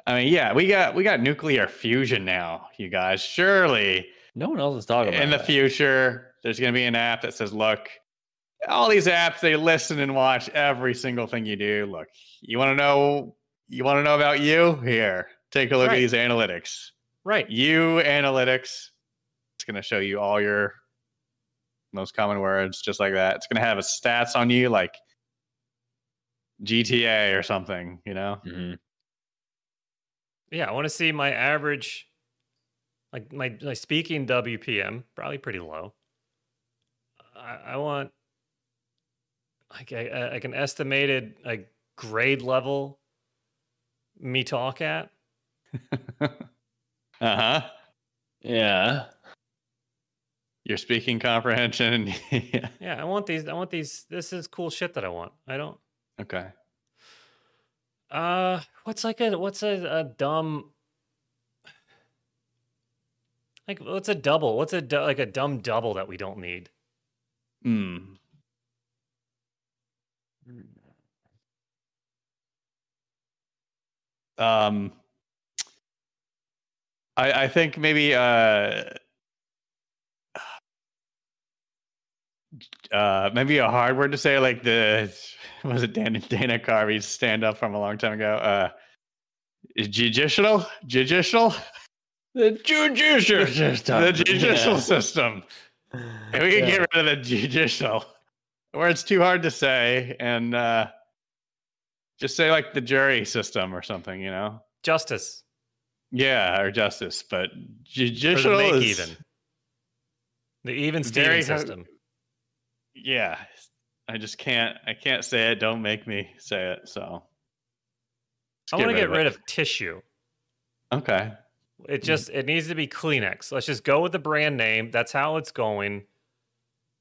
Speaker 2: I mean, yeah, we got we got nuclear fusion now, you guys. Surely
Speaker 5: no one else is talking about
Speaker 2: in the
Speaker 5: that.
Speaker 2: future, there's going to be an app that says, "Look, all these apps they listen and watch every single thing you do. Look, you want to know you want to know about you? Here, take a look
Speaker 4: Right.
Speaker 2: at these analytics.
Speaker 4: Right.
Speaker 2: You analytics. It's going to show you all your most common words, just like that. It's going to have a stats on you, like GTA or something. You know?
Speaker 5: Mhm.
Speaker 4: Yeah, I want to see my average, like my, my speaking WPM, probably pretty low. I, I want like I, like an estimated like grade level me talk at.
Speaker 2: uh huh.
Speaker 5: Yeah.
Speaker 2: Your speaking comprehension. yeah.
Speaker 4: Yeah, I want these. I want these. This is cool shit that I want. I don't.
Speaker 2: Okay.
Speaker 4: Uh, what's like a what's a, a dumb like what's a double? What's a du- like a dumb double that we don't need?
Speaker 2: Hmm. Um, I I think maybe uh, uh maybe a hard word to say like the was it Dana Dana Carvey's stand up from a long time ago uh judicial judicial
Speaker 5: The judicial system.
Speaker 2: the judicial
Speaker 5: Yeah.
Speaker 2: system. And we can
Speaker 5: Yeah.
Speaker 2: get rid of the judicial, where it's too hard to say, and uh, just say like the jury system or something, you know?
Speaker 4: Justice
Speaker 2: Yeah, or justice, but
Speaker 4: or the
Speaker 2: judicial
Speaker 4: make
Speaker 2: is
Speaker 4: even. The even
Speaker 2: very
Speaker 4: Steven
Speaker 2: hard-
Speaker 4: system.
Speaker 2: Yeah, I just can't. I can't say it. Don't make me say it. So just
Speaker 4: I want to get rid
Speaker 2: it. Mm-hmm.
Speaker 4: of tissue.
Speaker 2: Okay.
Speaker 4: It just it needs to be Kleenex. Let's just go with the brand name. That's how it's going.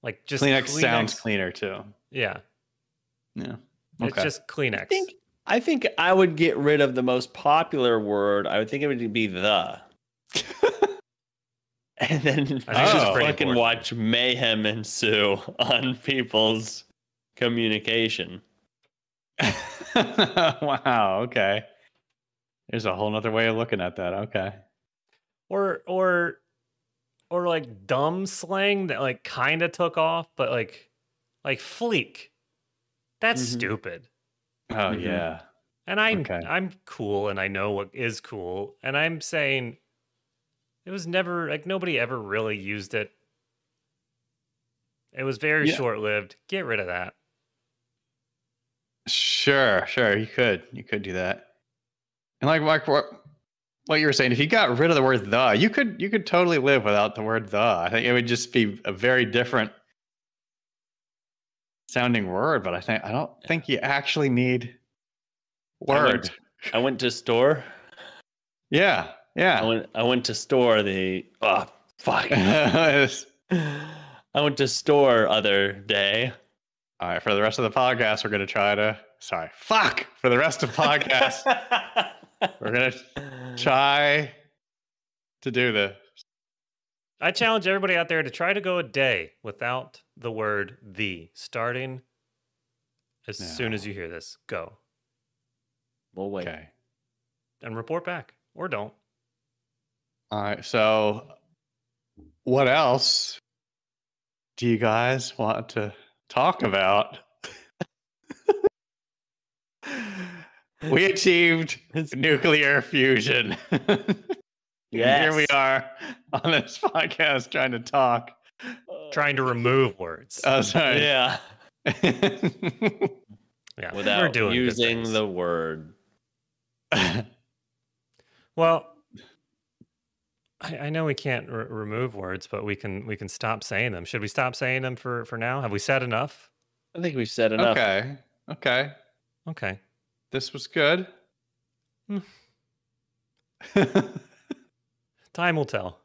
Speaker 4: Like just
Speaker 2: Kleenex, sounds cleaner too.
Speaker 4: Yeah,
Speaker 2: Yeah.
Speaker 4: it's just Kleenex.
Speaker 5: I think I think I would get rid of the most popular word. I would think it would be the. and then
Speaker 4: I
Speaker 2: think it's
Speaker 5: just
Speaker 2: pretty
Speaker 5: fucking
Speaker 4: important.
Speaker 5: watch mayhem ensue on people's communication.
Speaker 2: wow. Okay. There's a whole nother way of looking at that. Okay.
Speaker 4: or or or like dumb slang that like kind of took off but like like fleek that's
Speaker 2: Mm-hmm.
Speaker 5: Mhm.
Speaker 4: stupid
Speaker 2: Oh
Speaker 4: Mm-hmm.
Speaker 5: Mhm.
Speaker 2: yeah.
Speaker 4: and i'm
Speaker 2: Okay.
Speaker 4: i'm cool and i know what is cool and i'm saying it was never like nobody ever really used it it was very
Speaker 2: Yeah.
Speaker 4: short lived get rid of that
Speaker 2: Sure. Sure. You could. You could do that. And like Mark, what what you were saying, if you got rid of the word "the," you could you could totally live without the word "the." I think it would just be a very different sounding word. But I think I don't think you actually need
Speaker 5: I
Speaker 2: word.
Speaker 5: went- I went to store.
Speaker 2: yeah.
Speaker 5: I
Speaker 2: Yeah.
Speaker 5: went I went to store the oh fuck.
Speaker 2: It's-
Speaker 5: I went to store other day
Speaker 2: All right, for the rest of the podcast, we're gonna try to. Sorry, fuck. For the rest of podcast, we're gonna try to do this.
Speaker 4: I challenge everybody out there to try to go a day without the word the starting as soon as
Speaker 2: No.
Speaker 4: you hear this. Go
Speaker 5: we'll wait.
Speaker 2: Okay.
Speaker 4: and report back or don't.
Speaker 2: All right. So, what else do you guys want to talk about? we achieved nuclear fusion. And Here we
Speaker 5: Yes.
Speaker 2: are on this podcast trying to talk.
Speaker 4: Trying to
Speaker 5: Uh,
Speaker 4: remove words.
Speaker 2: Oh, sorry.
Speaker 5: Yeah.
Speaker 4: yeah, we're
Speaker 5: Without
Speaker 4: doing good
Speaker 5: using
Speaker 4: things.
Speaker 5: the word.
Speaker 4: Well, I, I know we can't re- remove words, but we can we can stop saying them. Should we stop saying them for for now? Have we said enough?
Speaker 5: I think we've said enough.
Speaker 2: okay. Okay.
Speaker 4: Okay.
Speaker 2: This was good.
Speaker 4: Hmm. Time will tell.